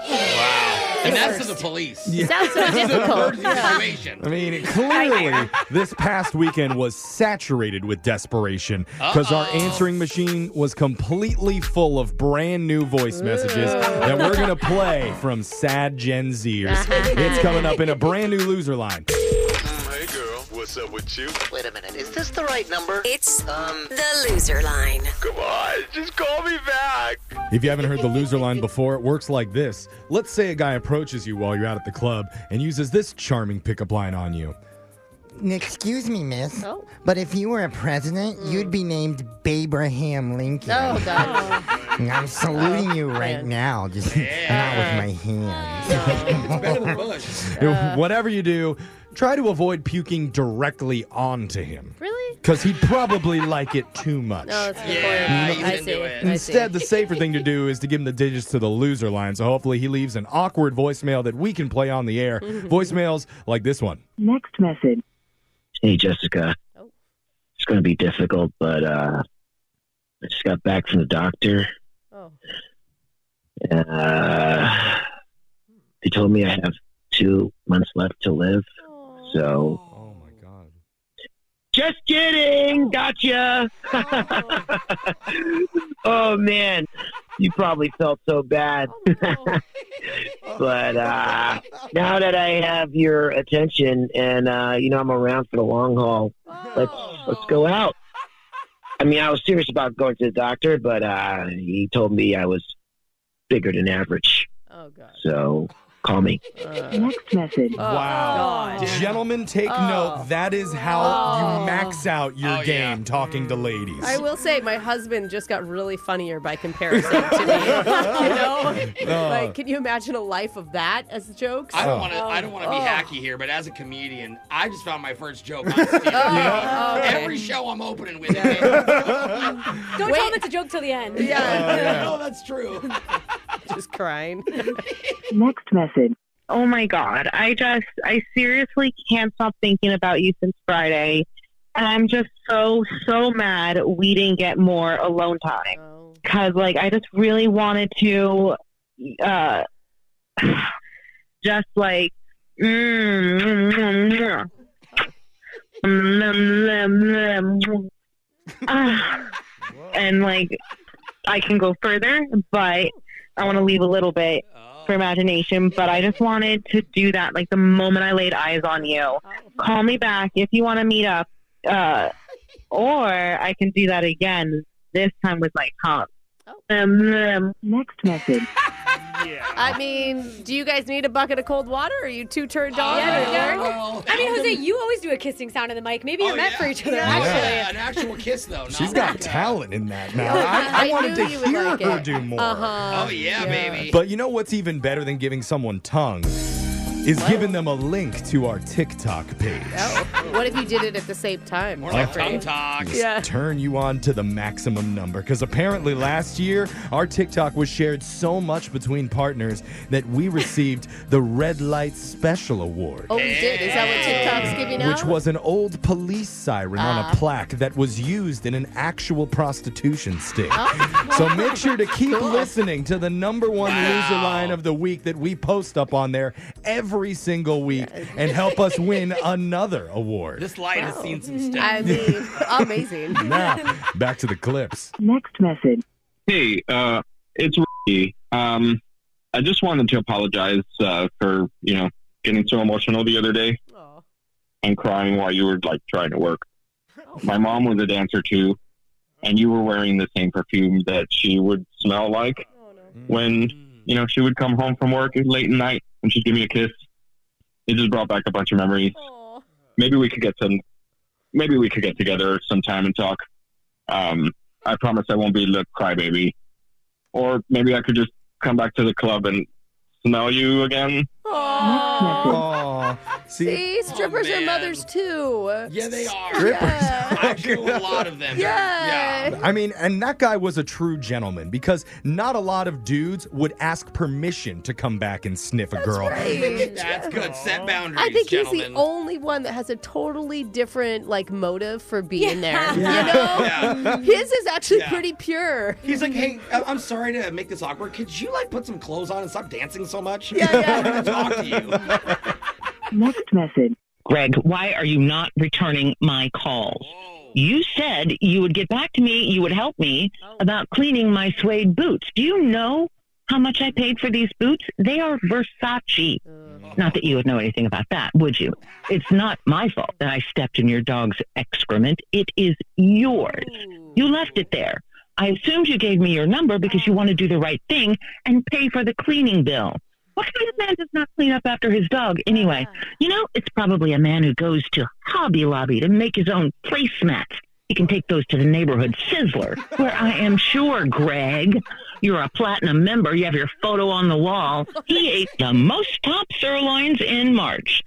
[SPEAKER 4] And that's to the police. Yeah.
[SPEAKER 2] Sounds so difficult.
[SPEAKER 4] Emergency situation.
[SPEAKER 3] I mean, clearly, this past weekend was saturated with desperation because our answering machine was completely full of brand new voice messages that we're going to play from sad Gen Zers. it's coming up in a brand new loser line.
[SPEAKER 10] Hey, girl, what's
[SPEAKER 9] What's up with you?
[SPEAKER 10] Wait a minute, is this the right number?
[SPEAKER 6] It's
[SPEAKER 10] Um,
[SPEAKER 6] the loser line.
[SPEAKER 9] Come on, just call me back.
[SPEAKER 3] If you haven't heard the loser line before, it works like this. Let's say a guy approaches you while you're out at the club and uses this charming pickup line on you.
[SPEAKER 11] Excuse me, miss,
[SPEAKER 2] Oh. Mm.
[SPEAKER 11] but if you were a president, you'd be named Babraham Lincoln.
[SPEAKER 2] Oh, God.
[SPEAKER 11] And I'm saluting you right
[SPEAKER 2] man.
[SPEAKER 11] now, just not with my hands.
[SPEAKER 4] It's better than Bush.
[SPEAKER 2] Uh,
[SPEAKER 3] Whatever you do, try to avoid puking directly onto him.
[SPEAKER 2] Really?
[SPEAKER 3] Because he'd probably like it too much.
[SPEAKER 2] No, that's a good
[SPEAKER 4] Yeah,
[SPEAKER 2] point.
[SPEAKER 4] he's
[SPEAKER 2] I
[SPEAKER 4] into
[SPEAKER 2] see.
[SPEAKER 4] it.
[SPEAKER 2] I see.
[SPEAKER 3] Instead, the safer thing to do is to give him the digits to the loser line. So hopefully, he leaves an awkward voicemail that we can play on the air. Voicemails like this one.
[SPEAKER 12] Next message.
[SPEAKER 10] Hey, Jessica.
[SPEAKER 2] Oh.
[SPEAKER 10] It's going to be difficult, but uh, I just got back from the doctor.
[SPEAKER 2] Oh.
[SPEAKER 10] Uh, they told me I have two months left to live, so.
[SPEAKER 3] Oh my god.
[SPEAKER 10] Just kidding! Gotcha! oh, man. You probably felt so bad.
[SPEAKER 2] Oh,
[SPEAKER 10] but uh, now that I have your attention and, uh, you know, I'm around for the long haul, let's, let's go out. I mean, I was serious about going to the doctor, but uh, he told me I was bigger than average.
[SPEAKER 2] Oh, God.
[SPEAKER 10] So call me.
[SPEAKER 2] Uh,
[SPEAKER 12] Next message.
[SPEAKER 2] Oh,
[SPEAKER 3] wow.
[SPEAKER 2] God.
[SPEAKER 3] Gentlemen, take
[SPEAKER 2] Oh.
[SPEAKER 3] note. That is how
[SPEAKER 2] Oh. Mm.
[SPEAKER 3] you max out your
[SPEAKER 4] Oh, yeah.
[SPEAKER 3] game talking to ladies.
[SPEAKER 2] I will say, my husband just got really funnier by comparison to me. you know,
[SPEAKER 3] No.
[SPEAKER 2] like, can you imagine a life of that as jokes?
[SPEAKER 4] I
[SPEAKER 3] Oh.
[SPEAKER 4] don't want to. I don't want to be
[SPEAKER 2] Oh.
[SPEAKER 4] hacky here, but as a comedian, I just found my first joke. On Stephen King.
[SPEAKER 2] Oh, okay.
[SPEAKER 4] Every show I'm opening with. Yeah.
[SPEAKER 1] Don't tell him it's a joke till the end.
[SPEAKER 2] yeah,
[SPEAKER 4] no, "Oh, that's true.
[SPEAKER 2] just crying.
[SPEAKER 12] Next message.
[SPEAKER 13] Oh my God. I just, I seriously can't stop thinking about you since Friday. And I'm just so, so mad we didn't get more alone time.
[SPEAKER 2] Oh.
[SPEAKER 13] Cause like, I just really wanted to, uh, just like, mm, mm, mm, mm. Mm, mm, mm, mm. Ah. and like, I can go further, but I want to leave a little bit
[SPEAKER 2] Oh.
[SPEAKER 13] for imagination, but I just wanted to do that like the moment I laid eyes on
[SPEAKER 2] Oh.
[SPEAKER 13] you. Call me back if you want to meet up, uh, or I can do that again, this time with my comp.
[SPEAKER 2] Oh.
[SPEAKER 13] Um, um,
[SPEAKER 12] Next message.
[SPEAKER 5] Yeah.
[SPEAKER 2] I mean, do you guys need a bucket of cold water? Are you too turned on?
[SPEAKER 1] Yeah,
[SPEAKER 2] Yeah,
[SPEAKER 1] yeah. I mean, Jose, you always do a kissing sound in the mic. Maybe you're
[SPEAKER 4] Oh,
[SPEAKER 1] meant
[SPEAKER 4] yeah.
[SPEAKER 1] for each other.
[SPEAKER 4] Yeah.
[SPEAKER 1] Actually,
[SPEAKER 4] Yeah, an actual kiss though. not
[SPEAKER 3] She's got
[SPEAKER 4] like a-
[SPEAKER 3] talent in that now. I, I,
[SPEAKER 2] I
[SPEAKER 3] wanted
[SPEAKER 2] knew
[SPEAKER 3] to
[SPEAKER 2] you would
[SPEAKER 3] hear
[SPEAKER 2] like
[SPEAKER 3] her
[SPEAKER 2] it.
[SPEAKER 3] do more.
[SPEAKER 2] Uh-huh.
[SPEAKER 4] Oh yeah, baby.
[SPEAKER 3] But you know what's even better than giving someone tongue? Is giving them a link to our TikTok page.
[SPEAKER 2] Oh. What if you did it at the same time?
[SPEAKER 4] More like
[SPEAKER 2] Jeffrey?
[SPEAKER 4] tongue talk.
[SPEAKER 3] Just turn you on to the maximum number. Because apparently last year, our TikTok was shared so much between partners that we received the Red Light Special Award.
[SPEAKER 2] Oh, you did. Is that what TikTok's giving out? Ah.
[SPEAKER 3] Which was an old police siren on a plaque that was used in an actual prostitution stick.
[SPEAKER 2] Ah.
[SPEAKER 4] "Oh,
[SPEAKER 3] So make sure to keep listening to the number one loser line of the week that we post up on there every single week and help us win another award.
[SPEAKER 4] This light has seen some stuff.
[SPEAKER 2] I mean, amazing.
[SPEAKER 3] now, back to the clips.
[SPEAKER 12] Next message.
[SPEAKER 10] Hey, uh, it's Ricky. Um, I just wanted to apologize uh, for you know getting so emotional the other day
[SPEAKER 2] Aw.
[SPEAKER 10] and crying while you were like trying to work.
[SPEAKER 2] Oh.
[SPEAKER 10] My mom was a dancer too, and you were wearing the same perfume that she would smell like
[SPEAKER 2] Oh,
[SPEAKER 10] when you know she would come home from work late at night and she'd give me a kiss. It just brought back a bunch of memories.
[SPEAKER 2] Aw.
[SPEAKER 10] Maybe we could get some. Maybe we could get together sometime and talk. Um, I promise I won't be the crybaby. Or maybe I could just come back to the club and smell you again.
[SPEAKER 2] Aw.
[SPEAKER 3] Aw, Oh, see,
[SPEAKER 2] See, strippers are
[SPEAKER 4] Oh, man.
[SPEAKER 2] mothers too.
[SPEAKER 4] yeah, they are.
[SPEAKER 2] Yeah.
[SPEAKER 4] I do a lot of them.
[SPEAKER 2] Yeah.
[SPEAKER 3] I mean, and that guy was a true gentleman because not a lot of dudes would ask permission to come back and sniff a girl.
[SPEAKER 2] Right.
[SPEAKER 4] That's good. Set boundaries,
[SPEAKER 2] I think
[SPEAKER 4] gentlemen.
[SPEAKER 2] he's the only one that has a totally different like motive for being
[SPEAKER 1] Yeah.
[SPEAKER 2] there. You know, his is actually
[SPEAKER 4] Yeah.
[SPEAKER 2] pretty pure.
[SPEAKER 4] He's like, hey, I- I'm sorry to make this awkward. Could you like put some clothes on and stop dancing so much? Yeah,
[SPEAKER 2] yeah.
[SPEAKER 4] I'm gonna talk to you.
[SPEAKER 12] Next message.
[SPEAKER 13] Greg, why are you not returning my calls? You said you would get back to me, you would help me about cleaning my suede boots. Do you know how much I paid for these boots? They are Versace.
[SPEAKER 14] Not that you would know anything about that, would you? It's not my fault that I stepped in your dog's excrement. It is yours. You left it there. I assumed you gave me your number because you want to do the right thing and pay for the cleaning bill. What kind of man does not clean up after his dog anyway? You know, it's probably a man who goes to Hobby Lobby to make his own placemats. He can take those to the neighborhood sizzler, where I am sure, Greg, you're a platinum member. You have your photo on the wall. He ate the most top sirloins in March.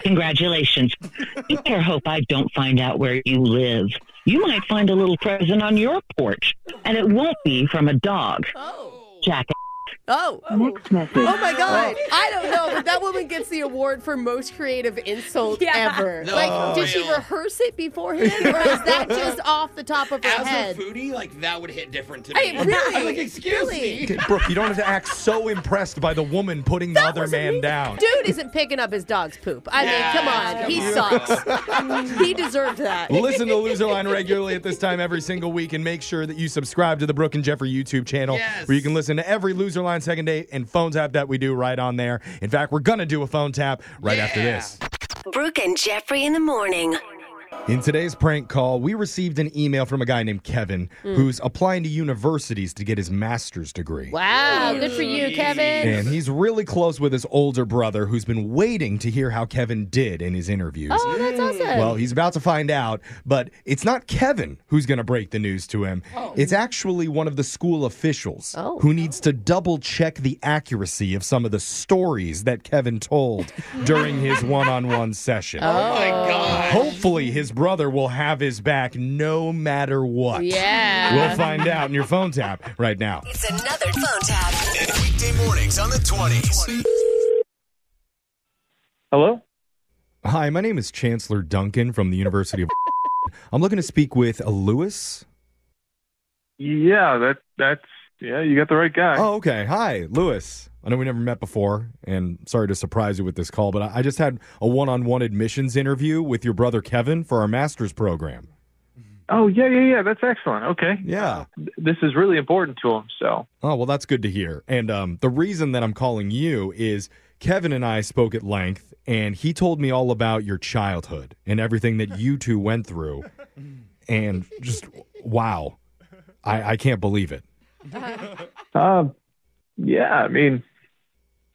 [SPEAKER 14] Congratulations. You better hope I don't find out where you live. You might find a little present on your porch, and it won't be from a dog. Oh. Jack.
[SPEAKER 2] Oh.
[SPEAKER 12] Next message.
[SPEAKER 2] Oh my God! I don't know, but that woman gets the award for most creative insult
[SPEAKER 12] Yeah.
[SPEAKER 2] ever.
[SPEAKER 12] No,
[SPEAKER 2] like, did she
[SPEAKER 4] really.
[SPEAKER 2] rehearse it beforehand, or is that just off the top of her
[SPEAKER 4] As
[SPEAKER 2] head?
[SPEAKER 4] a foodie, like that would hit different to
[SPEAKER 2] Hey,
[SPEAKER 4] me.
[SPEAKER 2] really?
[SPEAKER 4] I'm like, excuse me.
[SPEAKER 2] Really?
[SPEAKER 3] Okay, Brooke, you don't have to act so impressed by the woman putting the other man down.
[SPEAKER 2] Dude isn't picking up his dog's poop. I
[SPEAKER 3] Yeah,
[SPEAKER 2] mean, come on,
[SPEAKER 3] come
[SPEAKER 2] he
[SPEAKER 3] on.
[SPEAKER 2] sucks. he deserved that.
[SPEAKER 3] Listen to Loser Line regularly at this time every single week and make sure that you subscribe to the Brooke and Jeffrey YouTube channel
[SPEAKER 2] Yes.
[SPEAKER 3] where you can listen to every Loser Line second date and phone tap that we do right on there. In fact, we're going to do a phone tap right after this.
[SPEAKER 6] Brooke and Jeffrey in the morning.
[SPEAKER 3] In today's prank call, we received an email from a guy named Kevin
[SPEAKER 6] Mm.
[SPEAKER 3] who's applying to universities to get his master's degree.
[SPEAKER 2] Wow, Oh, good for you, Kevin.
[SPEAKER 3] And he's really close with his older brother who's been waiting to hear how Kevin did in his interviews.
[SPEAKER 2] Oh, that's awesome.
[SPEAKER 3] Well, he's about to find out, but it's not Kevin who's going to break the news to him.
[SPEAKER 2] Oh.
[SPEAKER 3] It's actually one of the school officials who needs to double check the accuracy of some of the stories that Kevin told during his one on one session.
[SPEAKER 2] Oh my God.
[SPEAKER 3] Hopefully, his brother will have his back no matter what.
[SPEAKER 6] Yeah.
[SPEAKER 3] We'll find out in your phone tap right now.
[SPEAKER 6] It's another phone tap.
[SPEAKER 15] Weekday mornings on the 20s.
[SPEAKER 3] Hello? Hi, my name is Chancellor Duncan from the University of. I'm looking to speak with uh, Lewis.
[SPEAKER 7] Yeah, that that's yeah, you got the right guy.
[SPEAKER 3] Oh, okay. Hi, Lewis. I know we never met before, and sorry to surprise you with this call, but I I just had a one on one admissions interview with your brother Kevin for our master's program.
[SPEAKER 7] Oh yeah, yeah, yeah. That's excellent. Okay. Uh,
[SPEAKER 3] Yeah.
[SPEAKER 7] This is really important to him. So
[SPEAKER 3] Oh, well, that's good to hear. And um, the reason that I'm calling you is Kevin and I spoke at length, and he told me all about your childhood and everything that you two went through. And just wow, I, I can't believe it.
[SPEAKER 2] Oh,
[SPEAKER 7] um yeah, I mean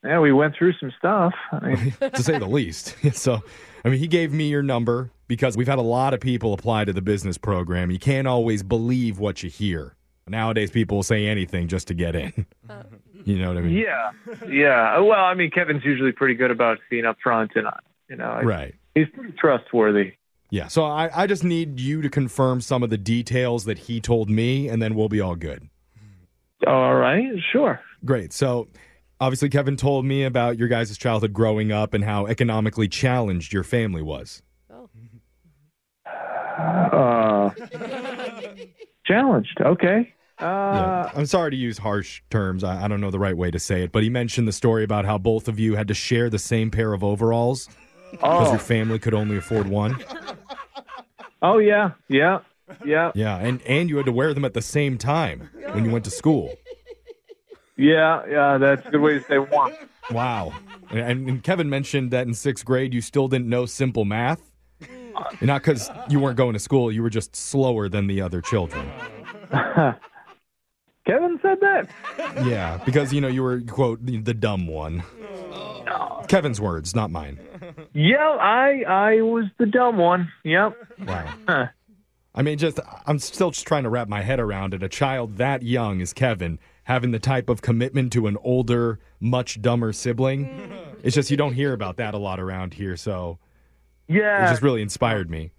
[SPEAKER 7] yeah, we went through some stuff. I mean
[SPEAKER 3] to say the least. So, I mean, he gave me your number because we've had a lot of people apply to the business program. You can't always believe what you hear. Nowadays, people will say anything just to get in. You know what I mean?
[SPEAKER 7] Yeah. Yeah. Uh, Well, I mean Kevin's usually pretty good about being upfront and uh, you know I-
[SPEAKER 3] Right.
[SPEAKER 7] he's pretty trustworthy.
[SPEAKER 3] Yeah. So, I, I just need you to confirm some of the details that he told me, and then we'll be all good.
[SPEAKER 7] All right. Sure.
[SPEAKER 3] Great. So, obviously, Kevin told me about your guys' childhood growing up and how economically challenged your family was.
[SPEAKER 7] Oh. Uh challenged. Okay. Uh
[SPEAKER 3] Yeah. I'm sorry to use harsh terms. I, I don't know the right way to say it, but he mentioned the story about how both of you had to share the same pair of overalls because
[SPEAKER 7] Oh.
[SPEAKER 3] your family could only afford one.
[SPEAKER 7] Oh yeah. Yeah. Yeah.
[SPEAKER 3] Yeah, and and you had to wear them at the same time when you went to school.
[SPEAKER 7] Yeah, yeah, that's a good way to say warm.
[SPEAKER 3] Wow. And, and Kevin mentioned that in sixth grade you still didn't know simple math. And not because you weren't going to school, you were just slower than the other children.
[SPEAKER 7] Kevin said that.
[SPEAKER 3] Yeah, because you know you were quote the, the dumb one. Kevin's words, not mine.
[SPEAKER 7] Yeah, I I was the dumb one. Yep.
[SPEAKER 3] Wow. I mean, just I'm still just trying to wrap my head around it. A child that young as Kevin having the type of commitment to an older, much dumber sibling. It's just you don't hear about that a lot around here, so it
[SPEAKER 7] Yeah.
[SPEAKER 3] just really inspired me.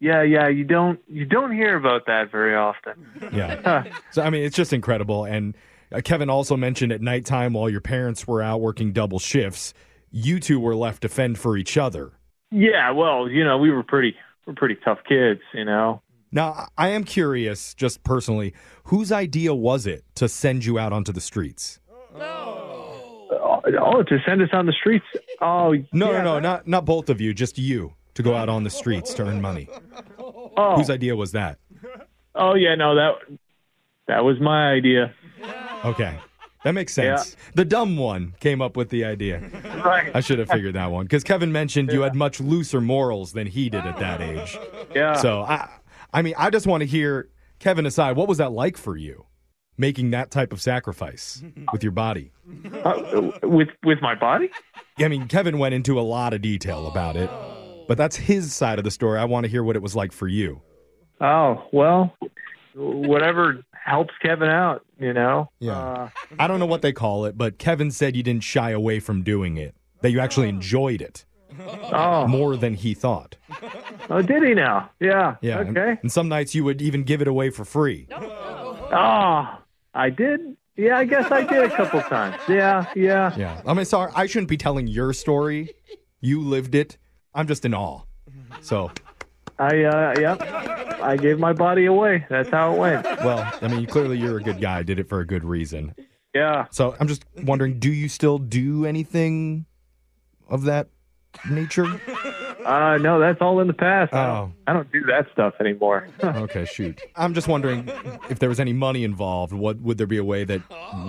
[SPEAKER 7] yeah, yeah, you don't you don't hear about that very often.
[SPEAKER 3] Yeah. so I mean, it's just incredible. And uh, Kevin also mentioned at nighttime while your parents were out working double shifts, you two were left to fend for each other.
[SPEAKER 7] Yeah, well, you know, we were pretty we're pretty tough kids, you know.
[SPEAKER 3] Now, I I am curious, just personally, whose idea was it to send you out onto the streets?
[SPEAKER 7] Oh, to send us on the streets? Oh,
[SPEAKER 3] no, no, no, not not both of you, just you to go out on the streets to earn money.
[SPEAKER 7] Oh.
[SPEAKER 3] Whose idea was that?
[SPEAKER 7] Oh yeah, no, that that was my idea.
[SPEAKER 3] Okay. That makes sense. The dumb one came up with the idea. I should have figured that one because Kevin mentioned you had much looser morals than he did at that age.
[SPEAKER 7] Yeah.
[SPEAKER 3] So I, I mean, I just want to hear Kevin aside. What was that like for you, making that type of sacrifice with your body?
[SPEAKER 7] Uh, with with my body?
[SPEAKER 3] I mean, Kevin went into a lot of detail about it, but that's his side of the story. I want to hear what it was like for you.
[SPEAKER 7] Oh well, whatever helps Kevin out, you know. Uh,
[SPEAKER 3] Yeah. I don't know what they call it, but Kevin said you didn't shy away from doing it. That you actually enjoyed it
[SPEAKER 7] Oh.
[SPEAKER 3] more than he thought.
[SPEAKER 7] Oh, did he now? Yeah.
[SPEAKER 3] Yeah. and-
[SPEAKER 7] Okay.
[SPEAKER 3] And, some nights you would even give it away for free.
[SPEAKER 7] Oh, I did. Yeah, I guess I did a couple times. Yeah, yeah.
[SPEAKER 3] Yeah. I mean, sorry, I shouldn't be telling your story. You lived it. I'm just in awe. So,
[SPEAKER 7] I uh, yep. I gave my body away. That's how it went.
[SPEAKER 3] well, I mean, clearly you're a good guy. Did it for a good reason.
[SPEAKER 7] Yeah.
[SPEAKER 3] So I'm just wondering, do you still do anything of that nature?
[SPEAKER 7] Uh, no, that's all in the past. I,
[SPEAKER 3] don't,
[SPEAKER 7] I don't do that stuff anymore.
[SPEAKER 3] okay, shoot. I'm just wondering if there was any money involved. What would there be a way that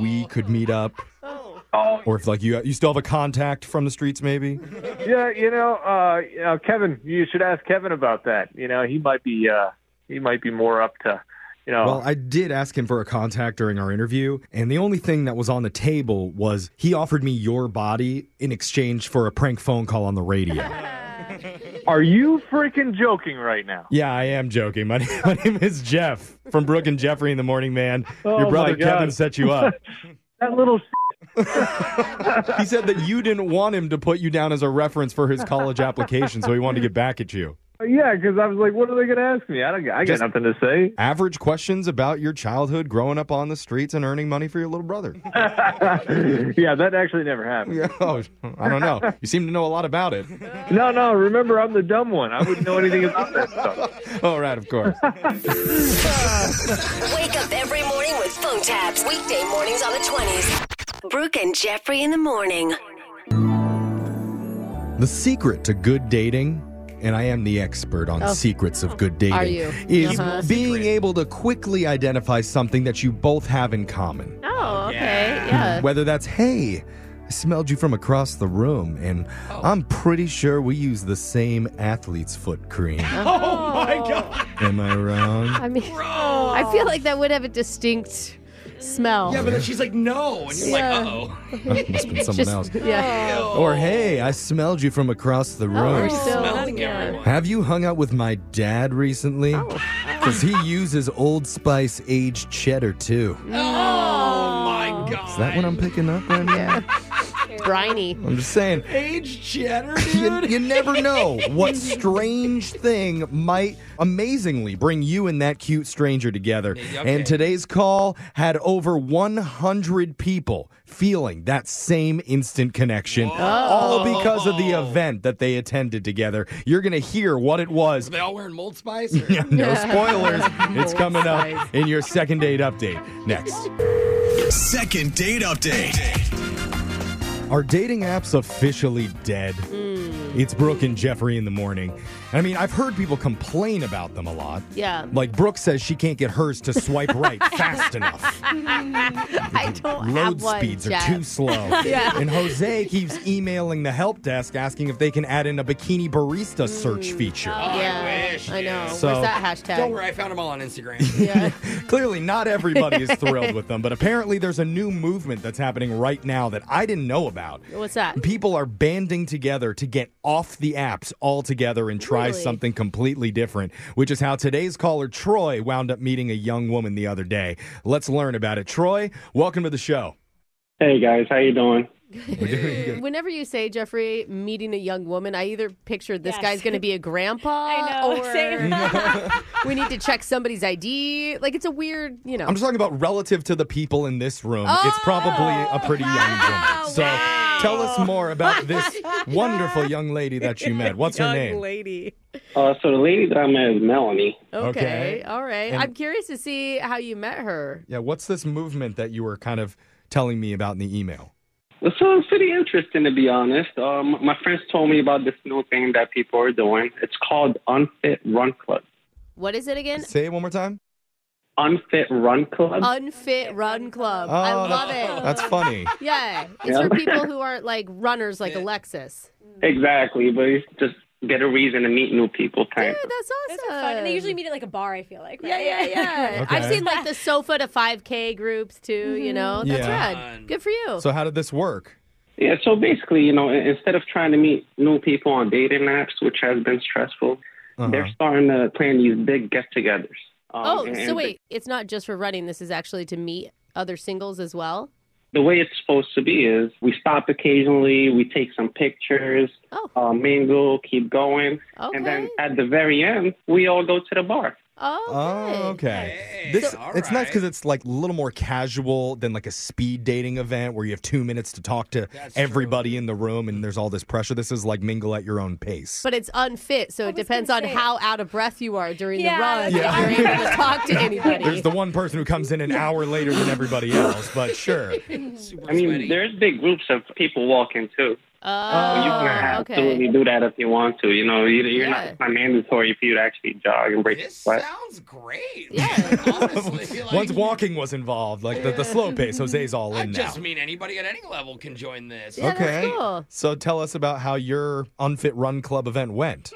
[SPEAKER 3] we could meet up?
[SPEAKER 7] Oh.
[SPEAKER 3] Or if like you you still have a contact from the streets, maybe?
[SPEAKER 7] yeah, you know, uh, you know, Kevin, you should ask Kevin about that. You know, he might be uh, he might be more up to, you know.
[SPEAKER 3] Well, I did ask him for a contact during our interview, and the only thing that was on the table was he offered me your body in exchange for a prank phone call on the radio.
[SPEAKER 7] Are you freaking joking right now?
[SPEAKER 3] yeah, I am joking. My, my name is Jeff from Brooke and Jeffrey in the Morning Man.
[SPEAKER 7] Oh,
[SPEAKER 3] your brother
[SPEAKER 7] my God.
[SPEAKER 3] Kevin set you up.
[SPEAKER 7] that little.
[SPEAKER 3] he said that you didn't want him to put you down as a reference for his college application, so he wanted to get back at you.
[SPEAKER 7] Yeah, because I was like, what are they going to ask me? I don't. I got
[SPEAKER 3] Just
[SPEAKER 7] nothing to say.
[SPEAKER 3] Average questions about your childhood, growing up on the streets, and earning money for your little brother.
[SPEAKER 7] yeah, that actually never happened.
[SPEAKER 3] Yeah, oh, I don't know. You seem to know a lot about it.
[SPEAKER 7] No, no. Remember, I'm the dumb one. I wouldn't know anything about that stuff.
[SPEAKER 3] All right, of course.
[SPEAKER 6] Wake up every morning with phone tabs. Weekday mornings on the 20s. Brooke and Jeffrey in the morning.
[SPEAKER 3] The secret to good dating, and I am the expert on
[SPEAKER 6] Oh.
[SPEAKER 3] secrets of good dating,
[SPEAKER 6] Are you?
[SPEAKER 3] is
[SPEAKER 6] Uh-huh.
[SPEAKER 3] being able to quickly identify something that you both have in common.
[SPEAKER 2] Oh, okay.
[SPEAKER 6] Uh.
[SPEAKER 2] Yeah.
[SPEAKER 3] Whether that's, hey, I smelled you from across the room, and I'm pretty sure we use the same athlete's foot cream.
[SPEAKER 2] Oh my god.
[SPEAKER 3] Am I wrong?
[SPEAKER 2] I mean, I feel like that would have a distinct smell.
[SPEAKER 4] Yeah, but then she's like, no. And you're
[SPEAKER 2] Yeah.
[SPEAKER 4] like, uh oh.
[SPEAKER 3] Must have been someone
[SPEAKER 2] Just-
[SPEAKER 3] else.
[SPEAKER 2] Yeah. Oh,
[SPEAKER 3] Or, hey, I smelled you from across
[SPEAKER 6] Oh,
[SPEAKER 3] the room.
[SPEAKER 4] Oh, Smelling everyone.
[SPEAKER 3] Have you hung out with my dad recently?
[SPEAKER 6] Oh,
[SPEAKER 3] Because he uses Old Spice aged cheddar too.
[SPEAKER 2] Mm.
[SPEAKER 4] Oh my god.
[SPEAKER 3] Is that what I'm picking up right now?
[SPEAKER 2] Briny.
[SPEAKER 3] I'm just saying.
[SPEAKER 4] Aged cheddar,
[SPEAKER 3] You,
[SPEAKER 4] dude.
[SPEAKER 3] you never know what strange thing might amazingly bring you and that cute stranger together.
[SPEAKER 4] Maybe, okay.
[SPEAKER 3] And today's call had over 100 people feeling that same instant connection, all because of the event that they attended together. You're going to hear what it was
[SPEAKER 4] Are they all wearing mold spice? or-
[SPEAKER 3] Yeah, no spoilers. It's coming up in your second date update next.
[SPEAKER 15] Second date update.
[SPEAKER 3] Are dating apps officially dead?
[SPEAKER 2] Hmm.
[SPEAKER 3] It's Brooke and Jeffrey in the morning. I mean, I've heard people complain about them a lot.
[SPEAKER 2] Yeah.
[SPEAKER 3] Like Brooke says she can't get hers to swipe right fast enough.
[SPEAKER 2] I don't
[SPEAKER 3] Load
[SPEAKER 2] Oh, have one.
[SPEAKER 3] speeds
[SPEAKER 2] Jeff.
[SPEAKER 3] are too slow.
[SPEAKER 2] Yeah.
[SPEAKER 3] And Jose keeps emailing the help desk asking if they can add in a bikini barista
[SPEAKER 2] Hmm.
[SPEAKER 3] search feature.
[SPEAKER 2] Oh. yeah.
[SPEAKER 4] wish,
[SPEAKER 2] I know.
[SPEAKER 3] So-
[SPEAKER 2] Where's that hashtag?
[SPEAKER 4] Don't worry, I found them all on Instagram.
[SPEAKER 3] Clearly, not everybody is thrilled with them, but apparently, there's a new movement that's happening right now that I didn't know about.
[SPEAKER 2] What's that?
[SPEAKER 3] People are banding together to get off the apps altogether and try
[SPEAKER 2] Really?
[SPEAKER 3] something completely different, which is how today's caller, Troy, wound up meeting a young woman the other day. Let's learn about it. Troy, welcome to the show.
[SPEAKER 16] Hey guys, how you doing?
[SPEAKER 2] Whenever you say Jeffrey meeting a young woman, I either picture this guy's going to be a grandpa,
[SPEAKER 1] I know,
[SPEAKER 2] or
[SPEAKER 1] same.
[SPEAKER 2] we need to check somebody's ID. Like it's a weird, you know.
[SPEAKER 3] I'm just talking about relative to the people in this room.
[SPEAKER 2] Oh,
[SPEAKER 3] it's probably a pretty young woman. So tell us more about this wonderful young lady that you met. What's her name?
[SPEAKER 2] lady.
[SPEAKER 16] Uh, so the lady that I met is Melanie.
[SPEAKER 2] Okay,
[SPEAKER 3] Okay.
[SPEAKER 2] all right.
[SPEAKER 3] And-
[SPEAKER 2] I'm curious to see how you met her.
[SPEAKER 3] Yeah, what's this movement that you were kind of telling me about in the email?
[SPEAKER 16] It sounds pretty interesting to be honest. Um, my friends told me about this new thing that people are doing. It's called Unfit Run Club.
[SPEAKER 2] What is it again?
[SPEAKER 3] Say it one more time.
[SPEAKER 16] Unfit Run Club.
[SPEAKER 2] Unfit Run Club. I
[SPEAKER 16] Oh,
[SPEAKER 2] love
[SPEAKER 16] that's-
[SPEAKER 2] it.
[SPEAKER 16] that's funny.
[SPEAKER 2] Yeah, it's
[SPEAKER 16] Yeah.
[SPEAKER 2] for people who aren't like runners like Alexis.
[SPEAKER 16] exactly, but it's just get a reason to meet new people kind of.
[SPEAKER 2] That's awesome.
[SPEAKER 1] And they usually meet at like a bar. I feel like. Right?
[SPEAKER 2] Yeah, yeah, yeah. I've
[SPEAKER 3] Okay.
[SPEAKER 2] seen like the sofa to 5K groups too.
[SPEAKER 1] Mm-hmm.
[SPEAKER 2] You know, that's
[SPEAKER 16] Yeah.
[SPEAKER 2] rad. Good for you.
[SPEAKER 3] So how did this work?
[SPEAKER 16] Yeah, so basically, you know, i- instead of trying to meet new people on dating apps, which has been stressful,
[SPEAKER 3] Uh-huh.
[SPEAKER 16] they're starting to plan these big Um, get togethers.
[SPEAKER 2] oh, so wait, it's not just for running. This is actually to meet other singles as well.
[SPEAKER 16] The way it's supposed to be is we stop occasionally, we take some pictures,
[SPEAKER 2] Oh.
[SPEAKER 16] uh, mingle, keep going, and then at the very end, we all go to the bar.
[SPEAKER 2] Oh,
[SPEAKER 3] Oh, okay. This it's nice because it's like a little more casual than like a speed dating event where you have two minutes to talk to everybody in the room and there's all this pressure. This is like mingle at your own pace.
[SPEAKER 2] But it's unfit, so it depends on how out of breath you are during
[SPEAKER 1] Yeah,
[SPEAKER 2] the run.
[SPEAKER 3] Yeah.
[SPEAKER 2] If you're able to talk to anybody.
[SPEAKER 3] There's the one person who comes in an hour later than everybody else, but sure.
[SPEAKER 16] I mean, there's big groups of people walking too.
[SPEAKER 2] Oh.
[SPEAKER 3] Uh,
[SPEAKER 16] you can absolutely
[SPEAKER 2] okay.
[SPEAKER 16] do that if you want to. You know, you, you're not,
[SPEAKER 2] Yeah.
[SPEAKER 16] it's not mandatory for you to actually jog and break the sweat.
[SPEAKER 3] Once walking was involved, like the, the slow pace, Jose's all
[SPEAKER 4] I
[SPEAKER 3] in now.
[SPEAKER 4] just mean anybody at any level can join this.
[SPEAKER 3] okay. So tell us about how your Unfit Run Club event went.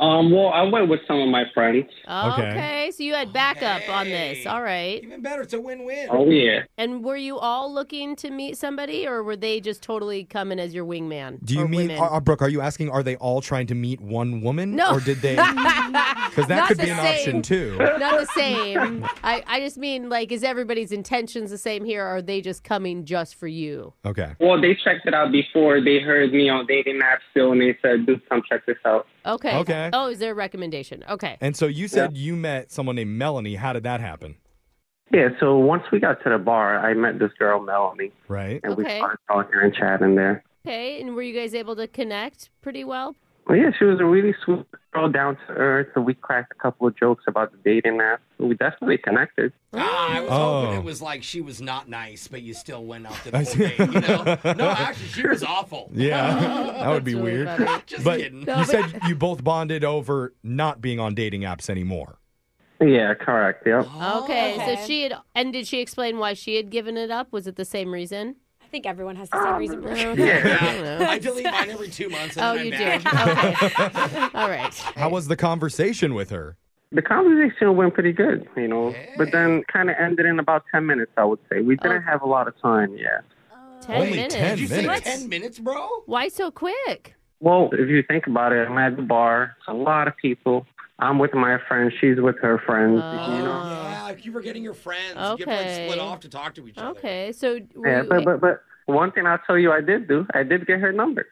[SPEAKER 16] Um, well, I went with some of my friends.
[SPEAKER 2] Oh, okay. so you had backup on this. All right. Even
[SPEAKER 4] better. It's a win-win.
[SPEAKER 16] Oh yeah.
[SPEAKER 2] And were you all looking to meet somebody, or were they just totally coming as your wingman?
[SPEAKER 3] Do you
[SPEAKER 2] or
[SPEAKER 3] mean,
[SPEAKER 2] women?
[SPEAKER 3] are, are- Brooke, are you asking, are they all trying to meet one woman?
[SPEAKER 2] No.
[SPEAKER 3] Or did they? Because that
[SPEAKER 2] Not
[SPEAKER 3] could
[SPEAKER 2] the
[SPEAKER 3] be an
[SPEAKER 2] same.
[SPEAKER 3] option too.
[SPEAKER 2] Not the same. I, I just mean like, is everybody's intentions the same here? Or are they just coming just for you?
[SPEAKER 3] Okay.
[SPEAKER 16] Well, they checked it out before. They heard me on dating apps still, and they said, "Dude, come check this out."
[SPEAKER 2] Okay.
[SPEAKER 3] Okay.
[SPEAKER 2] Oh, is there a recommendation? Okay.
[SPEAKER 3] And so you said you met someone named Melanie. How did that happen?
[SPEAKER 16] Yeah. So once we got to the bar, I met this girl Melanie.
[SPEAKER 3] Right.
[SPEAKER 16] And we
[SPEAKER 2] Okay.
[SPEAKER 16] started talking and chatting there.
[SPEAKER 2] Okay. And were you guys able to connect pretty well?
[SPEAKER 16] Well, yeah, she was a really sweet girl, down to earth, and we cracked a couple of jokes about the dating app. We definitely connected.
[SPEAKER 4] Ah, I was hoping
[SPEAKER 16] Oh.
[SPEAKER 4] it was like she was not nice, but you still went out to the whole date. You know? No, actually, she was awful.
[SPEAKER 3] Yeah, that would be
[SPEAKER 4] really
[SPEAKER 3] weird.
[SPEAKER 4] funny. Just
[SPEAKER 3] but
[SPEAKER 4] kidding.
[SPEAKER 3] you
[SPEAKER 4] No, but-
[SPEAKER 3] said you both bonded over not being on dating apps anymore.
[SPEAKER 16] Yeah, correct. Yeah.
[SPEAKER 1] Oh,
[SPEAKER 2] Okay. So she had, and did she explain why she had given it up? Was it the same reason?
[SPEAKER 1] I think everyone has the same reason. For
[SPEAKER 4] Yeah. I delete mine every two months. And
[SPEAKER 2] Oh,
[SPEAKER 4] then
[SPEAKER 2] you
[SPEAKER 4] I'm
[SPEAKER 2] do. Oh,
[SPEAKER 4] back.
[SPEAKER 2] All right.
[SPEAKER 3] How was the conversation with her?
[SPEAKER 16] The conversation went pretty good, you know, but then kind of ended in about 10 minutes, I would say. We didn't have a lot of time, yeah.
[SPEAKER 2] Ten
[SPEAKER 16] Only
[SPEAKER 2] minutes.
[SPEAKER 16] 10 Did you say minutes?
[SPEAKER 4] Ten minutes, bro.
[SPEAKER 2] Why so quick?
[SPEAKER 16] Well, if you think about it, I'm at the bar, it's a lot of people. I'm with my friend, she's with her friend. you
[SPEAKER 2] Oh.
[SPEAKER 16] know?
[SPEAKER 4] Yeah, if you were getting your friends, you have to like split
[SPEAKER 2] Okay.
[SPEAKER 4] off to talk to each other.
[SPEAKER 2] Okay. So were
[SPEAKER 16] Yeah,
[SPEAKER 2] you-
[SPEAKER 16] but, but, but one thing I'll tell you I did do, I did get her number.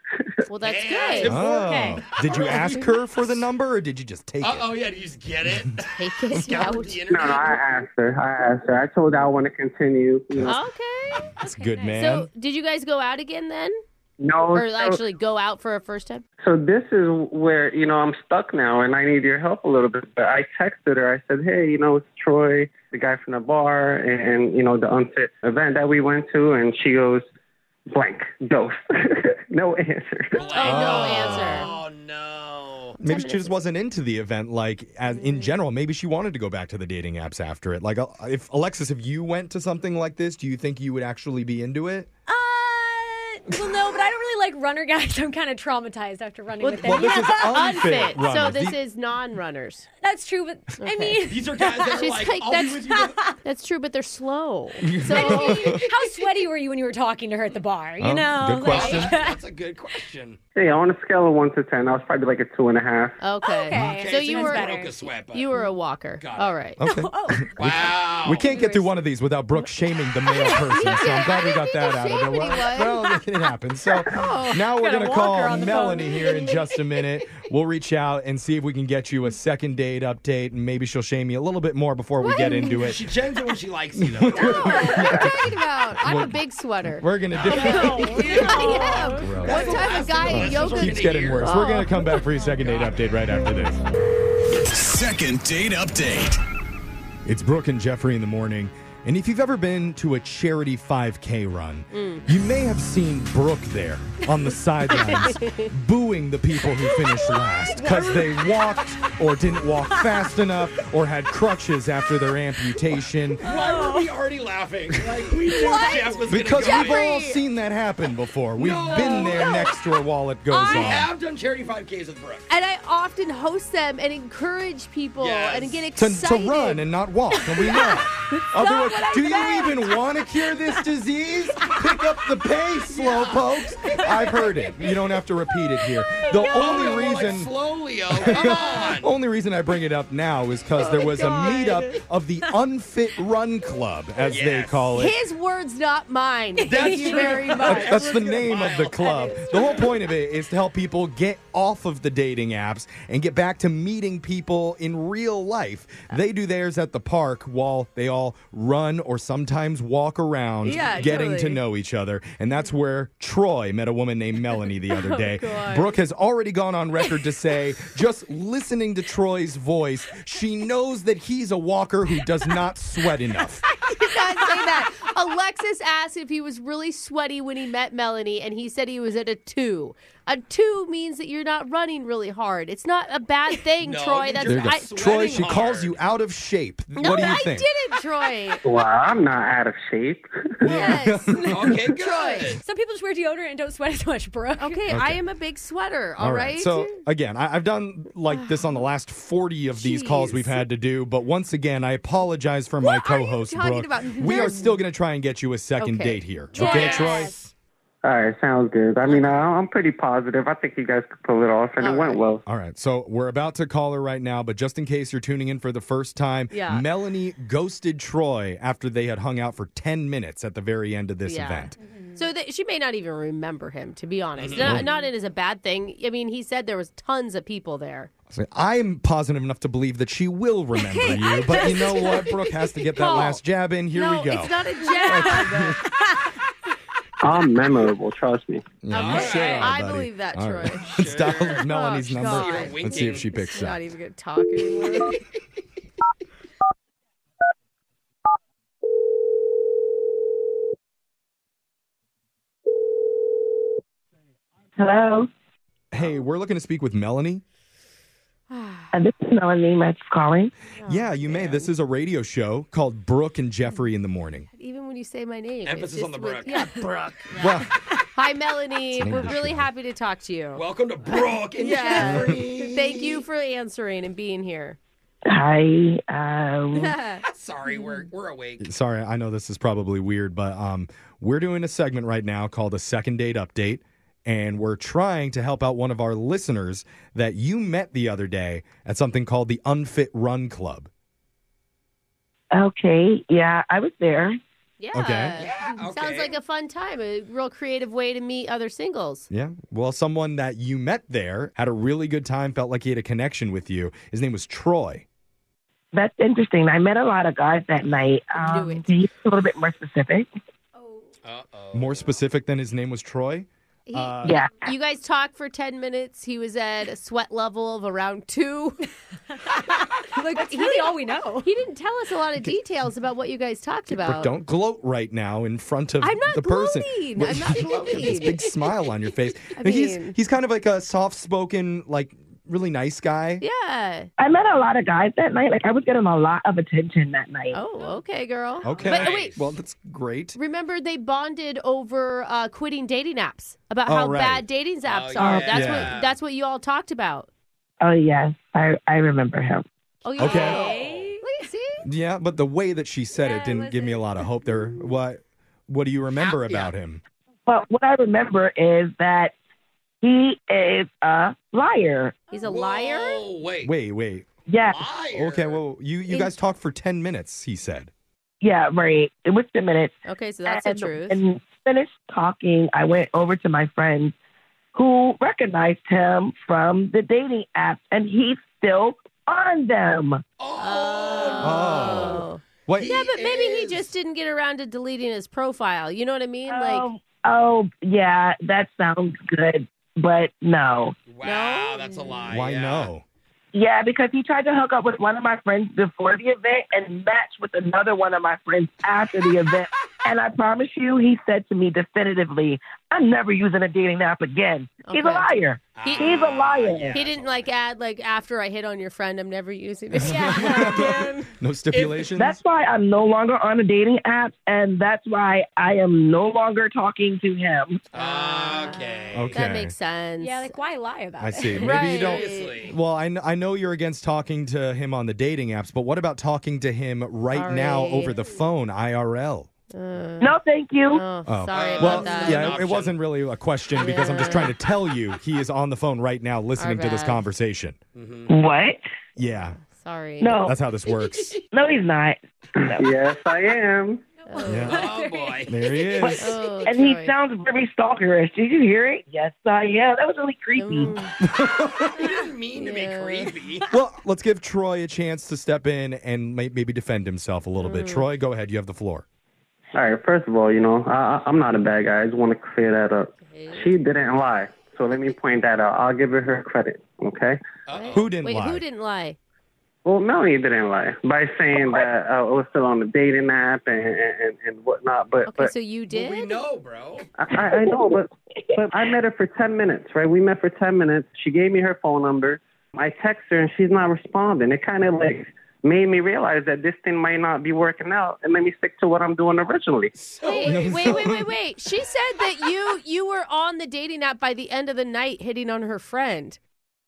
[SPEAKER 2] well, that's
[SPEAKER 4] Yeah.
[SPEAKER 2] good.
[SPEAKER 3] Oh. Did you ask her for the number or did you just take
[SPEAKER 4] Uh
[SPEAKER 3] it?
[SPEAKER 4] oh, yeah, do you just get it?
[SPEAKER 2] Take it out.
[SPEAKER 16] No, no, I asked her. I asked her. I told her I want to continue. You know.
[SPEAKER 2] Okay.
[SPEAKER 3] That's good,
[SPEAKER 2] So did you guys go out again then?
[SPEAKER 16] No,
[SPEAKER 2] Or
[SPEAKER 16] so-
[SPEAKER 2] actually go out for a first time?
[SPEAKER 16] So this is where you know I'm stuck now, and I need your help a little bit. But I texted her. I said, "Hey, you know, it's Troy, the guy from the bar, and, and you know the unfit event that we went to." And she goes, "Blank, dose, no answer."
[SPEAKER 3] Maybe she just wasn't into the event, like as in
[SPEAKER 2] Mm-hmm.
[SPEAKER 3] general. Maybe she wanted to go back to the dating apps after it. Like, uh, if Alexis, if you went to something like this, do you think you would actually be into it?
[SPEAKER 1] Uh, Well, no, but I don't really like runner guys. I'm kind of traumatized after running with them.
[SPEAKER 3] well, this is unfit
[SPEAKER 2] So
[SPEAKER 3] runners.
[SPEAKER 2] this
[SPEAKER 3] The-
[SPEAKER 2] is non-runners.
[SPEAKER 1] That's true, but I mean,
[SPEAKER 4] These are guys that are
[SPEAKER 2] She's
[SPEAKER 4] like,
[SPEAKER 2] like,
[SPEAKER 4] I'll be
[SPEAKER 2] that's,
[SPEAKER 4] with
[SPEAKER 2] that's true, but they're slow.
[SPEAKER 1] I
[SPEAKER 2] So
[SPEAKER 1] mean, how sweaty were you when you were talking to her at the bar? You
[SPEAKER 16] Oh,
[SPEAKER 1] know,
[SPEAKER 16] good question.
[SPEAKER 4] That's a good question.
[SPEAKER 16] Hey, on a scale of one to ten, I was probably like a two and a half.
[SPEAKER 2] okay.
[SPEAKER 4] Okay,
[SPEAKER 2] so
[SPEAKER 4] so
[SPEAKER 2] you
[SPEAKER 4] that's
[SPEAKER 2] were
[SPEAKER 4] better. Broke a sweat, but-
[SPEAKER 2] you were a walker. All right.
[SPEAKER 3] Okay. wow. We can't get through one of these without Brooke shaming the male person, so I'm glad we got that out of the way. Well, it happens. So
[SPEAKER 15] Oh,
[SPEAKER 3] now we're
[SPEAKER 15] got a
[SPEAKER 3] going to
[SPEAKER 15] walker
[SPEAKER 3] call
[SPEAKER 15] on the
[SPEAKER 3] Melanie
[SPEAKER 15] phone.
[SPEAKER 3] here in just a minute. We'll reach out and see if we can get you a second date update, and maybe she'll shame you a little bit more before we get into it.
[SPEAKER 4] She shames it when she likes you, though.
[SPEAKER 2] Talking about, I'm
[SPEAKER 3] Well,
[SPEAKER 2] a big sweater.
[SPEAKER 3] We're going to dip.
[SPEAKER 2] I am.
[SPEAKER 3] Gross.
[SPEAKER 2] One time a guy in yoga
[SPEAKER 3] keeps getting worse. We're going to come back for your second date update right after this.
[SPEAKER 15] Second date update.
[SPEAKER 3] It's Brooke and Jeffrey in the morning. And if you've ever been to a charity 5K run,
[SPEAKER 17] Mm.
[SPEAKER 3] you may have seen Brooke there on the sidelines booing the people who finished last because they walked or didn't walk fast enough or had crutches after their amputation.
[SPEAKER 4] Why were we already laughing? Like we knew Jeff was gonna
[SPEAKER 3] Because
[SPEAKER 4] go
[SPEAKER 3] we've all
[SPEAKER 4] in.
[SPEAKER 3] seen that happen before. We've
[SPEAKER 4] No.
[SPEAKER 3] been there
[SPEAKER 4] No.
[SPEAKER 3] next to her while it goes
[SPEAKER 4] We
[SPEAKER 3] on.
[SPEAKER 4] have done charity 5Ks with Brooke.
[SPEAKER 2] And I often host them and encourage people and get
[SPEAKER 3] to,
[SPEAKER 2] excited.
[SPEAKER 3] to run and not walk, and we know. Otherwise,
[SPEAKER 2] what I
[SPEAKER 3] do
[SPEAKER 2] meant.
[SPEAKER 3] you even want to cure this disease? Pick up the pace, slow pokes. I've heard it. You don't have to repeat it here. The
[SPEAKER 4] Oh,
[SPEAKER 3] only
[SPEAKER 4] well, like,
[SPEAKER 3] reason.
[SPEAKER 4] slowly, oh, come on.
[SPEAKER 3] Only reason I bring it up now is because there was
[SPEAKER 2] Oh God.
[SPEAKER 3] a meetup of the Unfit Run Club, as they call it.
[SPEAKER 2] His words, not mine.
[SPEAKER 3] That's
[SPEAKER 2] Thank you
[SPEAKER 3] true.
[SPEAKER 2] very much.
[SPEAKER 3] That's, that's the name of the club. The whole point of it is to help people get off of the dating apps and get back to meeting people in real life. They do theirs at the park while they all run or sometimes walk around
[SPEAKER 17] Yeah,
[SPEAKER 3] getting to
[SPEAKER 17] totally.
[SPEAKER 3] know each other. And that's where Troy met a woman named Melanie the other
[SPEAKER 17] Oh,
[SPEAKER 3] day.
[SPEAKER 17] God.
[SPEAKER 3] Brooke has already gone on record to say just listening to Troy's voice, she knows that he's a walker who does not sweat enough.
[SPEAKER 2] not say that. Alexis asked if he was really sweaty when he met Melanie, and he said he was at a two. A two means that you're not running really hard. It's not a bad thing,
[SPEAKER 3] No,
[SPEAKER 2] Troy.
[SPEAKER 3] you're
[SPEAKER 2] That's
[SPEAKER 3] There you go.
[SPEAKER 2] I,
[SPEAKER 3] Troy, she calls you out of shape.
[SPEAKER 2] No,
[SPEAKER 3] what do you
[SPEAKER 2] I
[SPEAKER 3] think?
[SPEAKER 2] didn't, Troy.
[SPEAKER 16] Well, I'm not out of shape.
[SPEAKER 2] Yes.
[SPEAKER 3] Okay,
[SPEAKER 2] Troy.
[SPEAKER 1] Some people just wear deodorant and don't sweat as much, bro. Okay,
[SPEAKER 2] I am a big sweater.
[SPEAKER 3] All right. So again, I, I've done like this on the last forty of these calls we've had to do, but once again, I apologize for my co-host
[SPEAKER 2] talking
[SPEAKER 3] Brooke.
[SPEAKER 2] about?
[SPEAKER 3] We
[SPEAKER 2] They're-
[SPEAKER 3] are still going to try and get you a second
[SPEAKER 2] Okay.
[SPEAKER 3] date here. Okay,
[SPEAKER 2] Yes.
[SPEAKER 3] Troy.
[SPEAKER 16] All right, sounds good. I mean, I, I'm pretty positive. I think you guys could pull it off, and it went well.
[SPEAKER 3] All right. So we're about to call her right now, but just in case you're tuning in for the first time,
[SPEAKER 16] Yeah.
[SPEAKER 3] Melanie ghosted Troy after they had hung out for ten minutes at the very end of this
[SPEAKER 2] Yeah. Mm-hmm.
[SPEAKER 3] event.
[SPEAKER 2] So that she may not even remember him, to be honest.
[SPEAKER 3] Mhm.
[SPEAKER 2] Not, not it is a bad thing. I mean, he said there was tons of people there.
[SPEAKER 3] So I'm positive enough to believe that she will remember you, but you know what? Brooke has to get that
[SPEAKER 2] No.
[SPEAKER 3] last jab in. Here
[SPEAKER 2] no,
[SPEAKER 3] we go.
[SPEAKER 2] it's not a jab.
[SPEAKER 16] I'm memorable. Trust me.
[SPEAKER 3] Yeah, you sure are,
[SPEAKER 2] I
[SPEAKER 3] buddy.
[SPEAKER 2] believe that,
[SPEAKER 3] All
[SPEAKER 2] Troy.
[SPEAKER 3] right. Let's dial Melanie's
[SPEAKER 2] Oh,
[SPEAKER 3] number.
[SPEAKER 2] God.
[SPEAKER 3] Let's see if she picks
[SPEAKER 2] Not
[SPEAKER 3] up.
[SPEAKER 2] even going to talk anymore.
[SPEAKER 18] Hello.
[SPEAKER 3] Hey, we're looking to speak with Melanie.
[SPEAKER 14] Ah.
[SPEAKER 18] Uh, this is Melanie Metz calling.
[SPEAKER 3] yeah, you may. This is a radio show called Brooke and Jeffrey in the Morning.
[SPEAKER 2] Even when you say my name.
[SPEAKER 4] Emphasis
[SPEAKER 2] it's
[SPEAKER 4] on the
[SPEAKER 2] just
[SPEAKER 4] Brooke.
[SPEAKER 2] like- yeah, Brooke.
[SPEAKER 3] Well,
[SPEAKER 2] Hi, Melanie.
[SPEAKER 3] It's an
[SPEAKER 2] We're
[SPEAKER 3] English
[SPEAKER 2] really happy to talk to you.
[SPEAKER 4] Welcome to Brooke and
[SPEAKER 2] yeah.
[SPEAKER 4] Jeffrey.
[SPEAKER 2] Thank you for answering and being here.
[SPEAKER 18] Hi. Um,
[SPEAKER 4] Mm-hmm. Sorry, we're we're awake.
[SPEAKER 3] sorry, I know this is probably weird, but um, we're doing a segment right now called a second date update, and we're trying to help out one of our listeners that you met the other day at something called the Unfit Run Club.
[SPEAKER 18] okay. Yeah, I was there.
[SPEAKER 2] Yeah. Sounds like a fun time. A real creative way to meet other singles.
[SPEAKER 3] Yeah. Well, someone that you met there had a really good time, felt like he had a connection with you. His name was Troy.
[SPEAKER 18] That's interesting. I met a lot of guys that night. Um, Can you be a little bit more specific?
[SPEAKER 3] More specific than his name was Troy.
[SPEAKER 2] He-
[SPEAKER 3] Uh,
[SPEAKER 2] You guys talked for 10 minets. He was at a sweat level of around two. like, That's really all we know. He didn't tell us a lot of details about what you guys talked
[SPEAKER 3] But
[SPEAKER 2] about.
[SPEAKER 3] don't gloat right now in front of
[SPEAKER 2] I'm not
[SPEAKER 3] the person.
[SPEAKER 2] gloating. I'm not gloating.
[SPEAKER 3] this big smile on your face.
[SPEAKER 2] I
[SPEAKER 3] he's
[SPEAKER 2] mean-
[SPEAKER 3] he's kind of like a soft-spoken, like really nice guy.
[SPEAKER 2] Yeah.
[SPEAKER 18] I met a lot of guys that night. Like I was getting a lot of attention that night.
[SPEAKER 2] Oh, okay, girl.
[SPEAKER 3] Okay.
[SPEAKER 2] But uh, wait,
[SPEAKER 3] Well, that's great.
[SPEAKER 2] remember they bonded over uh, quitting dating apps about
[SPEAKER 3] Oh,
[SPEAKER 2] how
[SPEAKER 3] right.
[SPEAKER 2] bad dating apps
[SPEAKER 18] Oh,
[SPEAKER 2] are.
[SPEAKER 18] yeah.
[SPEAKER 2] That's
[SPEAKER 18] Yeah.
[SPEAKER 2] what that's what you all talked about.
[SPEAKER 18] Oh yes, I I remember him.
[SPEAKER 2] Oh, yeah.
[SPEAKER 3] Okay.
[SPEAKER 2] Wait, see?
[SPEAKER 3] Yeah, but the way that she said it didn't give me a lot of hope there. What what do you remember about him?
[SPEAKER 18] But what I remember is that he is a liar.
[SPEAKER 2] He's a liar.
[SPEAKER 4] Oh wait.
[SPEAKER 3] Wait, wait.
[SPEAKER 18] Yeah.
[SPEAKER 3] Okay, well, you you guys talked for 10 minutes, he said.
[SPEAKER 18] Yeah, right. It was the minutes.
[SPEAKER 2] Okay, so that's the
[SPEAKER 18] and,
[SPEAKER 2] truth.
[SPEAKER 18] And finished talking, I went over to my friend who recognized him from the dating app, and he's still on them.
[SPEAKER 3] Oh. What?
[SPEAKER 2] yeah, but maybe he just didn't get around to deleting his profile. You know what I mean? Like,
[SPEAKER 18] Oh, yeah, that sounds good, but no.
[SPEAKER 4] Wow, that's a lie.
[SPEAKER 3] Why no?
[SPEAKER 12] Yeah, because he tried to hook up with one of my friends before the event and match with another one of my friends after the event. And I promise you, he said to me definitively, I'm never using a dating app again. He's a
[SPEAKER 2] Okay. Ah.
[SPEAKER 12] liar.
[SPEAKER 2] He-
[SPEAKER 12] He's a liar.
[SPEAKER 2] He didn't like add like after I hit on your friend, I'm never using this.
[SPEAKER 3] No stipulations?
[SPEAKER 12] That's why I'm no longer on a dating app, and that's why I am no longer talking to him.
[SPEAKER 4] Okay.
[SPEAKER 3] Ah, Okay.
[SPEAKER 2] That makes sense.
[SPEAKER 1] Yeah, like why lie about
[SPEAKER 3] I
[SPEAKER 1] it?
[SPEAKER 3] see. Maybe you don't. Well, I, kn- I know you're against talking to him on the dating apps, but what about talking to him right now
[SPEAKER 12] Sorry.
[SPEAKER 3] over the phone, IRL?
[SPEAKER 12] no, thank you.
[SPEAKER 3] Oh.
[SPEAKER 2] Sorry
[SPEAKER 3] well,
[SPEAKER 2] about that.
[SPEAKER 3] yeah, it, it wasn't really a question because I'm just trying to tell you he is on the phone right now listening to this
[SPEAKER 2] bad.
[SPEAKER 3] conversation.
[SPEAKER 12] What?
[SPEAKER 3] Yeah,
[SPEAKER 2] Sorry.
[SPEAKER 12] No.
[SPEAKER 3] that's how this works.
[SPEAKER 12] No, he's not.
[SPEAKER 16] yes, I am.
[SPEAKER 3] yeah.
[SPEAKER 4] Oh boy. Oh,
[SPEAKER 3] There he
[SPEAKER 12] But-
[SPEAKER 3] is.
[SPEAKER 2] Oh,
[SPEAKER 12] and he sounds very stalkerish. Did you hear it? Yes, I am. That was really creepy.
[SPEAKER 4] You didn't mean to be creepy.
[SPEAKER 3] Well, let's give Troy a chance to step in and may- maybe defend himself a little
[SPEAKER 12] Mm.
[SPEAKER 3] bit. Troy, go ahead. You have the floor.
[SPEAKER 16] All right, first of all, you know, I, I- I'm not a bad guy. I just want to clear that up. She didn't lie. So let me point that out. I'll give her her credit, okay?
[SPEAKER 3] Who didn't
[SPEAKER 2] Wait, who didn't lie?
[SPEAKER 16] Well, Melanie didn't lie by saying that uh, I was still on the dating app and, and, and whatnot. But,
[SPEAKER 2] Okay,
[SPEAKER 16] but
[SPEAKER 2] so you did. we
[SPEAKER 4] know, bro.
[SPEAKER 16] I, I I know, but, but I met her for 10 minutes, right? We met for 10 minutes. She gave me her phone number. I text her and she's not responding. It kind of like made me realize that this thing might not be working out and let me stick to what I'm doing originally.
[SPEAKER 2] Wait, wait, wait, wait, wait. She said that you you were on the dating app by the end of the night, hitting on her friend.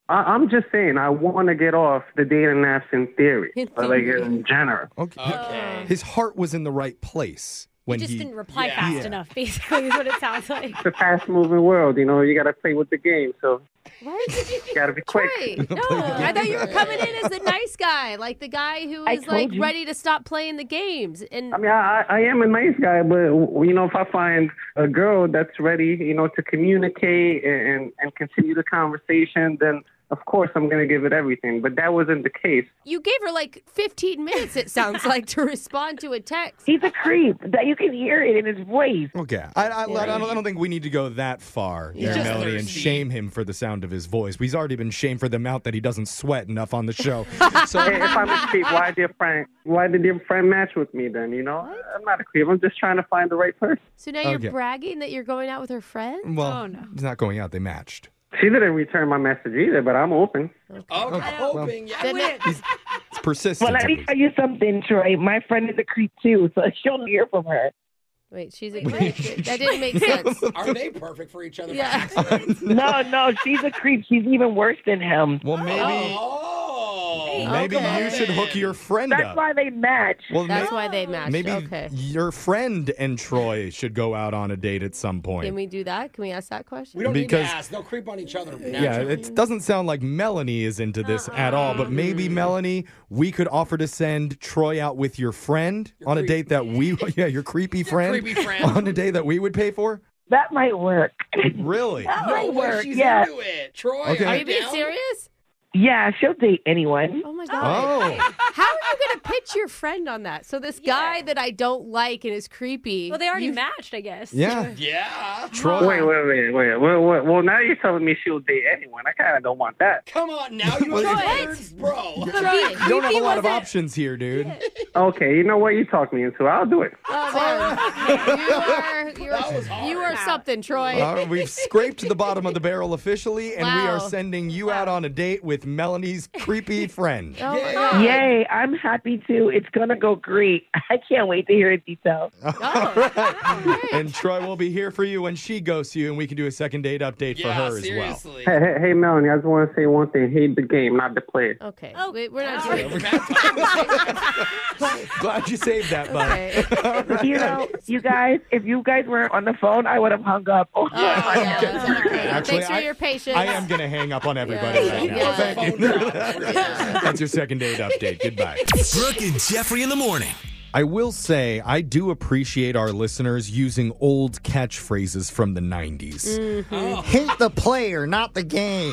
[SPEAKER 16] I, I'm just saying, I want to get off the dating apps in theory,
[SPEAKER 2] In
[SPEAKER 16] but like in general.
[SPEAKER 3] Okay. His heart was in the right place when
[SPEAKER 1] Uh, Just
[SPEAKER 3] he
[SPEAKER 1] didn't reply
[SPEAKER 3] Yeah.
[SPEAKER 1] fast
[SPEAKER 3] Yeah.
[SPEAKER 1] enough, basically, is what it sounds like.
[SPEAKER 16] It's a fast moving world, you know, you got to play with the game, so
[SPEAKER 2] What?
[SPEAKER 16] you got to be quick.
[SPEAKER 2] Right. No, I thought you were coming in as the nice guy, like the guy who
[SPEAKER 12] I
[SPEAKER 2] is like
[SPEAKER 12] told you.
[SPEAKER 2] ready to stop playing the games. And
[SPEAKER 16] I mean, I, I I am a nice guy, but you know, if I find a girl that's ready, you know, to communicate and and continue the conversation, then of course I'm gonna give it everything. But that wasn't the case.
[SPEAKER 2] you gave her like 15 minutes. It sounds like to respond to a text.
[SPEAKER 12] He's a creep. That you can hear it in his voice.
[SPEAKER 3] Okay. I, I, I don't, I don't think we need to go that far
[SPEAKER 12] He's
[SPEAKER 3] there,
[SPEAKER 12] just
[SPEAKER 3] Melanie, and
[SPEAKER 12] thirsty.
[SPEAKER 3] shame him for the sound of his voice. He's already been shamed for the amount that he doesn't sweat enough on the show. So
[SPEAKER 16] Hey, if I'm a creep, why did friend why did your friend match with me then? You know, I'm not a creep. I'm just trying to find the right person.
[SPEAKER 2] So now
[SPEAKER 3] Okay.
[SPEAKER 2] you're bragging that you're going out with her friend?
[SPEAKER 3] well,
[SPEAKER 12] Oh,
[SPEAKER 4] Oh,
[SPEAKER 3] he's not going out. They matched.
[SPEAKER 16] She didn't return my message either, but I'm open.
[SPEAKER 4] Okay. Hoping, yeah.
[SPEAKER 3] It's persistent.
[SPEAKER 12] Well, let me tell you something, Troy. My friend is a creep too, so she'll hear from her.
[SPEAKER 2] Wait, she's a That didn't make sense.
[SPEAKER 4] Are they perfect for each other? by
[SPEAKER 2] Yeah.
[SPEAKER 4] accident?
[SPEAKER 12] no, no, she's a creep. She's even worse than him.
[SPEAKER 3] Well, maybe
[SPEAKER 4] Oh.
[SPEAKER 3] maybe you should hook your friend
[SPEAKER 12] That's
[SPEAKER 3] up.
[SPEAKER 12] why they match.
[SPEAKER 3] well,
[SPEAKER 2] That's
[SPEAKER 3] may-
[SPEAKER 2] why they matched.
[SPEAKER 3] maybe
[SPEAKER 2] okay.
[SPEAKER 3] your friend and Troy should go out on a date at some point.
[SPEAKER 2] Can we do that? Can we ask that question?
[SPEAKER 4] We don't need
[SPEAKER 3] Because-
[SPEAKER 4] to ask. They'll creep on each other.
[SPEAKER 3] Yeah, it doesn't sound like Melanie is into this at all, but maybe Melanie, we could offer to send Troy out with your friend on a date that we, yeah, your creepy friend,
[SPEAKER 4] creepy friend.
[SPEAKER 3] on a day that we would pay for.
[SPEAKER 12] That might work.
[SPEAKER 3] Really?
[SPEAKER 12] That
[SPEAKER 4] No
[SPEAKER 12] might
[SPEAKER 4] way,
[SPEAKER 12] work.
[SPEAKER 4] she's
[SPEAKER 12] Yeah.
[SPEAKER 4] into it. Troy,
[SPEAKER 3] Okay.
[SPEAKER 4] are
[SPEAKER 2] Are
[SPEAKER 4] you
[SPEAKER 2] you being
[SPEAKER 4] down?
[SPEAKER 2] serious?
[SPEAKER 12] Yeah, she'll date anyone.
[SPEAKER 2] Oh my god.
[SPEAKER 3] Oh,
[SPEAKER 2] How are you going to pitch your friend on that? So this guy that I don't like and is creepy.
[SPEAKER 1] Well, they already
[SPEAKER 2] you-
[SPEAKER 1] matched, I guess.
[SPEAKER 3] yeah.
[SPEAKER 4] Yeah.
[SPEAKER 3] Troy.
[SPEAKER 16] Wait, wait, wait, wait, wait, wait. Well, now you're telling me she'll date anyone. I kind of don't want that.
[SPEAKER 4] Come on now, you
[SPEAKER 3] Well,
[SPEAKER 4] nerds, bro.
[SPEAKER 2] Troy.
[SPEAKER 3] You don't have a lot of options here, dude.
[SPEAKER 16] Okay, you know what? You talked me into it. I'll do it.
[SPEAKER 2] Oh, man. you are, you are, you are something, Troy.
[SPEAKER 3] All right, we've scraped the bottom of the barrel officially, and we are
[SPEAKER 2] Wow.
[SPEAKER 3] sending you out on a date with Melanie's creepy friend.
[SPEAKER 2] Oh, my
[SPEAKER 4] Yeah.
[SPEAKER 2] God.
[SPEAKER 12] Yay, I'm happy too. It's going to go great. I can't wait to hear in detail.
[SPEAKER 2] Oh,
[SPEAKER 3] and Troy will be here for you when she ghosts you, and we can do a second date update for
[SPEAKER 4] Yeah,
[SPEAKER 3] her as well.
[SPEAKER 4] seriously.
[SPEAKER 16] Hey, hey, hey, Melanie, I just want to say one thing. Hate the game, not the player.
[SPEAKER 2] Okay.
[SPEAKER 1] Oh,
[SPEAKER 2] Wait, we're not doing this.
[SPEAKER 3] Oh. Glad you saved that, bud.
[SPEAKER 2] Okay.
[SPEAKER 12] You know, you guys, if you guys weren't on the phone, I would have hung up. Oh,
[SPEAKER 2] Oh, yeah,
[SPEAKER 3] Okay.
[SPEAKER 2] that's all right.
[SPEAKER 3] Actually,
[SPEAKER 2] Thanks for
[SPEAKER 3] I-
[SPEAKER 2] your patience.
[SPEAKER 3] I am going to hang up on everybody
[SPEAKER 2] Yeah.
[SPEAKER 3] right now.
[SPEAKER 2] Yeah.
[SPEAKER 3] Thank you. That's your second date update. Goodbye.
[SPEAKER 15] Brooke and Jeffrey in the morning.
[SPEAKER 3] I will say, I do appreciate our listeners using old catchphrases from the 90s.
[SPEAKER 4] Mm-hmm.
[SPEAKER 3] Oh.
[SPEAKER 11] Hate the player, not the game.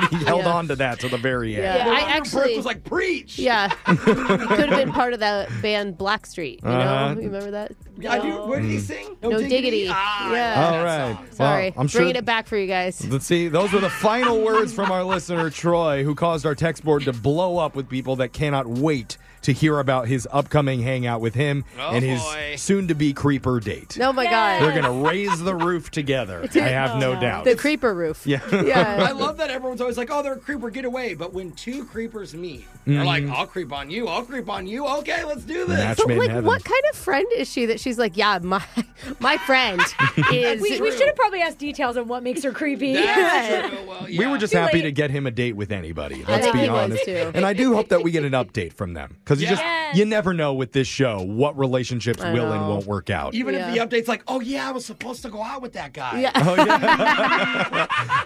[SPEAKER 3] Glad he held on to that to the very end.
[SPEAKER 2] Yeah, I actually.
[SPEAKER 4] Brooke was like, preach.
[SPEAKER 2] yeah. Could have been part of that band Blackstreet. You know?
[SPEAKER 3] Uh-huh.
[SPEAKER 2] You remember that?
[SPEAKER 4] I do- what did he sing?
[SPEAKER 2] No, diggity.
[SPEAKER 4] Ah,
[SPEAKER 2] Yeah.
[SPEAKER 3] Mm. All Oh, right. Well,
[SPEAKER 2] Sorry.
[SPEAKER 3] I'm sure.
[SPEAKER 2] Bringing it back for you guys.
[SPEAKER 3] Let's see. Those were the final words from our listener, Troy, who caused our text board to blow up with people that cannot wait to hear about his upcoming hangout with him
[SPEAKER 2] Oh,
[SPEAKER 3] and his soon to be creeper date.
[SPEAKER 2] Oh my God.
[SPEAKER 3] They're going to raise the roof together. I have no doubt.
[SPEAKER 2] The creeper roof.
[SPEAKER 3] yeah.
[SPEAKER 4] I love that everyone's always like, "Oh, they're a creeper, get away!" But when two creepers meet,
[SPEAKER 3] Mhm.
[SPEAKER 4] they're like, "I'll creep on you, I'll creep on you." Okay, let's do this.
[SPEAKER 3] Match
[SPEAKER 2] So, like, what kind of friend is she that she's like, yeah, my my friend is.
[SPEAKER 1] we, we should have probably asked details on what makes her creepy.
[SPEAKER 3] We were just happy to get him a date with anybody.
[SPEAKER 1] I
[SPEAKER 3] Let's
[SPEAKER 1] think
[SPEAKER 3] be
[SPEAKER 1] he was
[SPEAKER 3] honest.
[SPEAKER 1] too.
[SPEAKER 3] And I do hope that we get an update from them because you
[SPEAKER 4] Yes.
[SPEAKER 3] just you never know with this show what relationships
[SPEAKER 4] I
[SPEAKER 3] will and
[SPEAKER 4] know.
[SPEAKER 3] won't work out.
[SPEAKER 4] Even if the update's like, "Oh yeah, I was supposed to go out with that guy."
[SPEAKER 2] Yeah.
[SPEAKER 3] Oh,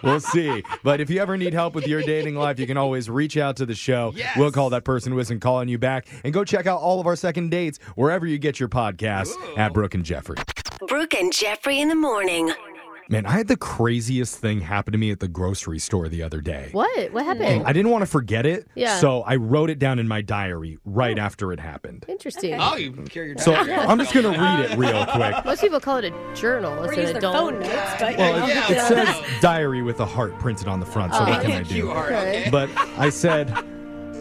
[SPEAKER 3] we'll see. But if you ever need help with your dating life, you can always reach out to the show. We'll call that person who isn't calling you back. And go check out all of our second dates wherever you get your podcasts at Brooke and Jeffrey.
[SPEAKER 6] Brooke and Jeffrey in the morning.
[SPEAKER 3] Man, I had the craziest thing happen to me at the grocery store the other day.
[SPEAKER 2] What? What happened?
[SPEAKER 3] And I didn't want to forget it.
[SPEAKER 2] Yeah.
[SPEAKER 3] So I wrote it down in my diary right after it happened.
[SPEAKER 2] Interesting.
[SPEAKER 4] Oh, you carry your.
[SPEAKER 3] So
[SPEAKER 4] diary.
[SPEAKER 3] I'm just going to read it real quick.
[SPEAKER 2] Most people call it a journal. It's
[SPEAKER 1] use
[SPEAKER 2] an
[SPEAKER 1] their
[SPEAKER 2] adult.
[SPEAKER 1] phone notes, but
[SPEAKER 3] Well,
[SPEAKER 1] you know.
[SPEAKER 3] it, it says diary with a heart printed on the front, so
[SPEAKER 1] Oh,
[SPEAKER 3] what can I
[SPEAKER 1] thank
[SPEAKER 3] do?
[SPEAKER 1] you, heart, okay.
[SPEAKER 3] But I said,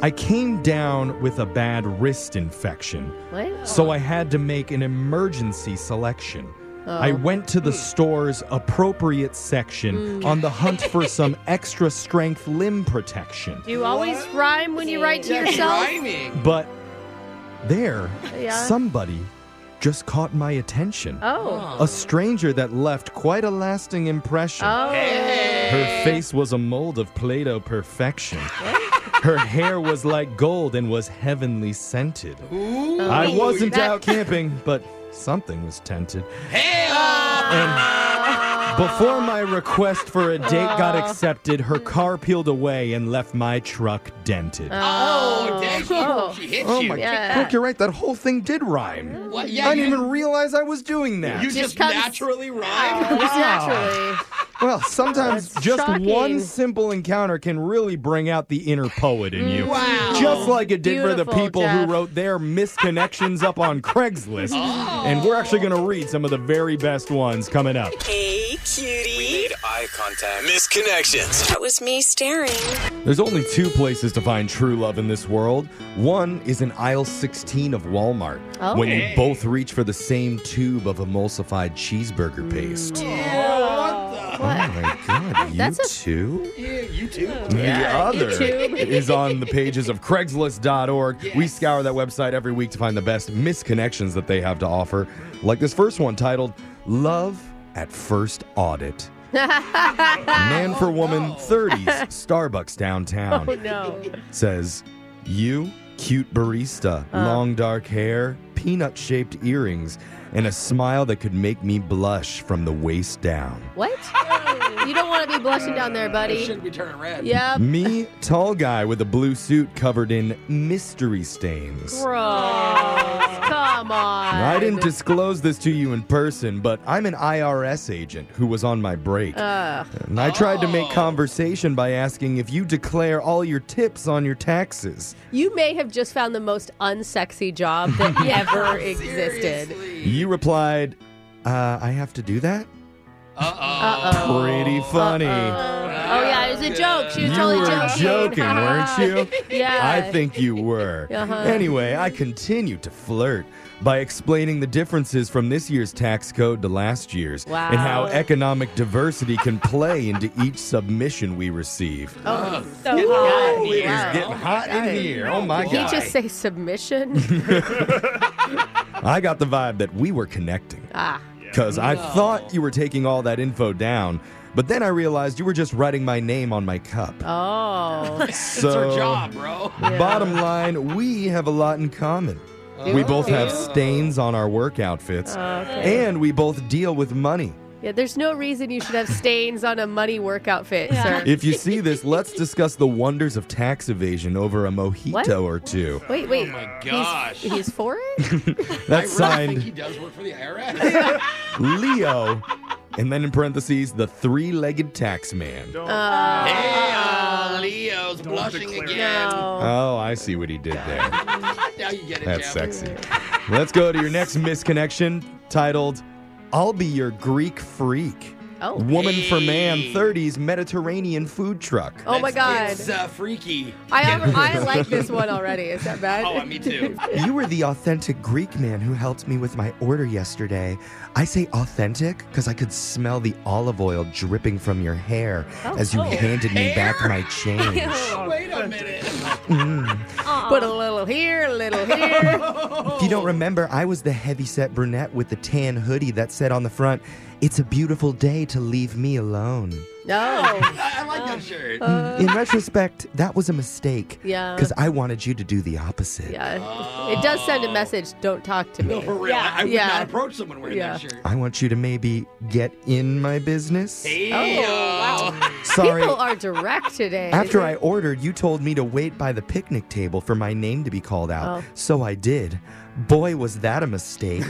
[SPEAKER 3] I came down with a bad wrist infection,
[SPEAKER 2] What?
[SPEAKER 3] so I had to make an emergency selection.
[SPEAKER 2] Oh.
[SPEAKER 3] I went to the store's appropriate section
[SPEAKER 2] Mm.
[SPEAKER 3] on the hunt for some extra strength limb protection.
[SPEAKER 2] Do you always rhyme when you write to
[SPEAKER 4] That's
[SPEAKER 2] yourself?
[SPEAKER 4] rhyming.
[SPEAKER 3] But there,
[SPEAKER 2] Yeah.
[SPEAKER 3] somebody just caught my attention.
[SPEAKER 2] Oh.
[SPEAKER 3] A stranger that left quite a lasting impression.
[SPEAKER 2] Oh.
[SPEAKER 3] Her face was a mold of Play Doh perfection. Her hair was like gold and was heavenly scented.
[SPEAKER 2] Oh.
[SPEAKER 4] Ooh.
[SPEAKER 3] I wasn't
[SPEAKER 4] That-
[SPEAKER 3] out camping, but something was tempted.
[SPEAKER 4] Hell!
[SPEAKER 3] Before my request for a date got accepted, her car peeled away and left my truck dented.
[SPEAKER 4] Oh, dang! She,
[SPEAKER 2] Oh.
[SPEAKER 4] she hit
[SPEAKER 3] Oh
[SPEAKER 4] you.
[SPEAKER 3] my god, Brooke, you're right. That whole thing did rhyme.
[SPEAKER 4] What? Yeah,
[SPEAKER 3] I didn't
[SPEAKER 4] you-
[SPEAKER 3] even realize I was doing that.
[SPEAKER 4] You just, naturally rhyme.
[SPEAKER 3] Wow. Well, sometimes
[SPEAKER 4] That's
[SPEAKER 3] just
[SPEAKER 4] shocking.
[SPEAKER 3] one simple encounter can really bring out the inner poet in you.
[SPEAKER 4] Wow.
[SPEAKER 3] Just like it did for the
[SPEAKER 4] Mm. Beautiful,
[SPEAKER 3] people
[SPEAKER 4] Jeff.
[SPEAKER 3] who wrote their misconnections up on Craigslist.
[SPEAKER 6] Oh.
[SPEAKER 3] And we're actually going to read some of the very best ones coming up.
[SPEAKER 6] Hey, cutie. We made
[SPEAKER 15] Eye contact. Misconnections.
[SPEAKER 4] Oh,
[SPEAKER 6] That was me staring.
[SPEAKER 3] There's only two places to find true love in this world. One is in aisle 16 of Walmart
[SPEAKER 6] Oh.
[SPEAKER 3] when you
[SPEAKER 6] Hey.
[SPEAKER 3] both reach for the same tube of emulsified cheeseburger paste.
[SPEAKER 4] Oh,
[SPEAKER 3] Oh my god, you
[SPEAKER 4] Mm. That's
[SPEAKER 3] two?
[SPEAKER 4] what the? Yeah, you too.
[SPEAKER 3] The other is on the pages of Craigslist.org. We scour that website every week to find the best misconnections that they have to offer. Like this first one titled Love at First Audit. Man for woman 30s, Starbucks downtown.
[SPEAKER 2] Oh, no.
[SPEAKER 3] Says, You, cute barista,
[SPEAKER 2] Uh.
[SPEAKER 3] long dark hair, peanut shaped earrings, and a smile that could make me blush from the waist down.
[SPEAKER 2] What? you don't want to be blushing down there, buddy. Shouldn't
[SPEAKER 4] be turning red.
[SPEAKER 2] Yep.
[SPEAKER 3] Me, tall guy with a blue suit covered in mystery stains.
[SPEAKER 2] Gross. Come on.
[SPEAKER 3] I didn't disclose this to you in person, but I'm an IRS agent who was on my break.
[SPEAKER 2] Ugh.
[SPEAKER 3] And I tried to
[SPEAKER 2] Oh.
[SPEAKER 3] make conversation by asking if you declare all your tips on your taxes.
[SPEAKER 2] You may have just found the most unsexy job that ever existed.
[SPEAKER 3] You replied, uh, I have to do that?
[SPEAKER 2] Uh-oh.
[SPEAKER 3] Pretty funny.
[SPEAKER 2] Oh yeah, it was a joke. She
[SPEAKER 3] You
[SPEAKER 2] was totally
[SPEAKER 3] were
[SPEAKER 2] joking.
[SPEAKER 3] joking, weren't you?
[SPEAKER 2] Yeah.
[SPEAKER 3] I think you were.
[SPEAKER 2] Uh-huh.
[SPEAKER 3] Anyway, I continued to flirt by explaining the differences from this year's tax code to last year's
[SPEAKER 2] Wow.
[SPEAKER 3] and how economic diversity can play into each submission we receive.
[SPEAKER 2] Oh,
[SPEAKER 1] so
[SPEAKER 2] Ooh,
[SPEAKER 1] hot
[SPEAKER 3] in here. It's getting hot in here. Oh, my
[SPEAKER 2] Did
[SPEAKER 3] God.
[SPEAKER 2] he just say submission?
[SPEAKER 3] I got the vibe that we were connecting
[SPEAKER 2] ah.
[SPEAKER 3] because I thought you were taking all that info down, but then I realized you were just writing my name on my cup.
[SPEAKER 2] Oh.
[SPEAKER 3] It's our So- job,
[SPEAKER 4] bro.
[SPEAKER 3] Bottom line, we have a lot in common. We both have stains on our work outfits,
[SPEAKER 2] Okay.
[SPEAKER 3] and we both deal with money.
[SPEAKER 2] Yeah, there's no reason you should have stains on a money work outfit, sir.
[SPEAKER 3] If you see this, let's discuss the wonders of tax evasion over a mojito
[SPEAKER 2] What?
[SPEAKER 3] or two.
[SPEAKER 2] Wait, wait. Oh
[SPEAKER 4] my gosh.
[SPEAKER 2] He's, he's for it?
[SPEAKER 3] That's
[SPEAKER 4] I really think he
[SPEAKER 3] signed
[SPEAKER 4] does work for the IRS.
[SPEAKER 3] Leo, and then in parentheses, the three legged tax man.
[SPEAKER 4] hey,
[SPEAKER 2] Oh.
[SPEAKER 4] uh, Leo's blushing again.
[SPEAKER 3] Oh, I see what he did there.
[SPEAKER 4] now you get it, Jeff.
[SPEAKER 3] That's sexy. Let's go to your next misconnection titled I'll Be Your Greek Freak.
[SPEAKER 2] Oh.
[SPEAKER 3] Woman for Man 30s Mediterranean Food Truck.
[SPEAKER 2] Oh my God.
[SPEAKER 4] It's uh, freaky.
[SPEAKER 2] I, al- I like this one already. Is that bad?
[SPEAKER 4] Oh, me too.
[SPEAKER 11] You were the authentic Greek man who helped me with my order yesterday. I say authentic because I could smell the olive oil dripping from your hair
[SPEAKER 2] Oh.
[SPEAKER 11] as you
[SPEAKER 2] Oh.
[SPEAKER 11] handed me back my change.
[SPEAKER 4] Wait a minute.
[SPEAKER 11] Mm.
[SPEAKER 2] Put a little here, a little here.
[SPEAKER 11] If you don't remember, I was the heavyset brunette with the tan hoodie that said on the front, It's a beautiful day to leave me alone.
[SPEAKER 2] No. Uh,
[SPEAKER 4] I like that shirt.
[SPEAKER 11] In retrospect, that was a mistake.
[SPEAKER 2] Yeah.
[SPEAKER 11] Because I wanted you to do the opposite.
[SPEAKER 2] yeah. It does send a message don't talk to me.
[SPEAKER 4] Oh. No, for real. I- I would not approach someone wearing that shirt.
[SPEAKER 11] I want you to maybe get in my business.
[SPEAKER 2] Oh, wow.
[SPEAKER 11] Sorry.
[SPEAKER 2] People are direct today.
[SPEAKER 11] After I ordered, you told me to wait by the picnic table for my name to be called out.
[SPEAKER 2] Oh.
[SPEAKER 11] So I did. Boy, was that a mistake.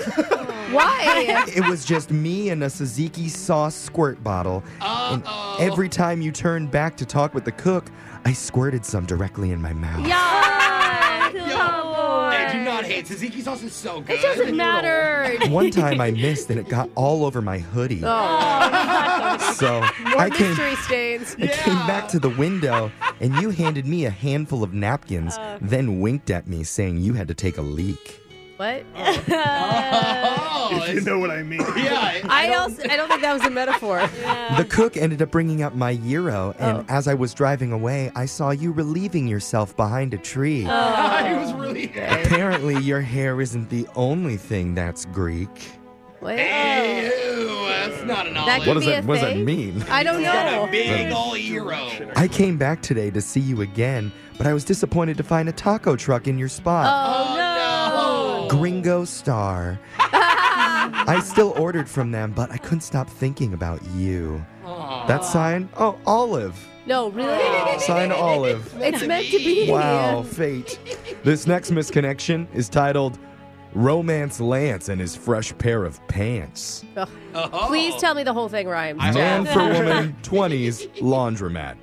[SPEAKER 2] Why?
[SPEAKER 11] it was just me and a Suzuki sauce squirt bottle. And every time you turned back to talk with the cook, I squirted some directly in my mouth.
[SPEAKER 2] Yeah.
[SPEAKER 4] I do not hate tzatziki sauce. Is so good.
[SPEAKER 2] It Oh, doesn't matter.
[SPEAKER 11] One time I missed and it got all over my hoodie.
[SPEAKER 2] Oh.
[SPEAKER 11] So
[SPEAKER 2] More
[SPEAKER 11] I came
[SPEAKER 2] mystery stains.
[SPEAKER 11] I came back to the window and you handed me a handful of napkins,
[SPEAKER 2] Oh.
[SPEAKER 11] then winked at me saying you had to take a leak.
[SPEAKER 2] What?
[SPEAKER 5] if you know what I mean.
[SPEAKER 4] Oh. Yeah.
[SPEAKER 2] I, also I don't think that was a metaphor.
[SPEAKER 11] The cook ended up bringing up my euro, and as I was driving away, I saw you relieving yourself behind a tree.
[SPEAKER 2] Oh.
[SPEAKER 4] it was really good.
[SPEAKER 11] Apparently, your hair isn't the only thing that's Greek.
[SPEAKER 2] What?
[SPEAKER 4] Ew, that's not an
[SPEAKER 2] That
[SPEAKER 4] olive.
[SPEAKER 2] could be a fake.
[SPEAKER 11] mean?
[SPEAKER 2] I don't know.
[SPEAKER 4] Big ol' hero.
[SPEAKER 11] I came back today to see you again, but I was disappointed to find a taco truck in your spot.
[SPEAKER 4] Oh,
[SPEAKER 2] Oh,
[SPEAKER 11] Gringo Star. I still ordered from them, but I couldn't stop thinking about you. That sign? Oh, Olive.
[SPEAKER 2] no. No, really?
[SPEAKER 11] Sign Olive.
[SPEAKER 2] It's meant to be.
[SPEAKER 11] Wow, fate. This next misconnection is titled Romance Lance and His Fresh Pair of Pants.
[SPEAKER 2] Ugh.
[SPEAKER 4] Oh.
[SPEAKER 2] Please tell me the whole thing rhymes.
[SPEAKER 11] Man
[SPEAKER 2] Jeff.
[SPEAKER 11] for woman, 20s, laundromat.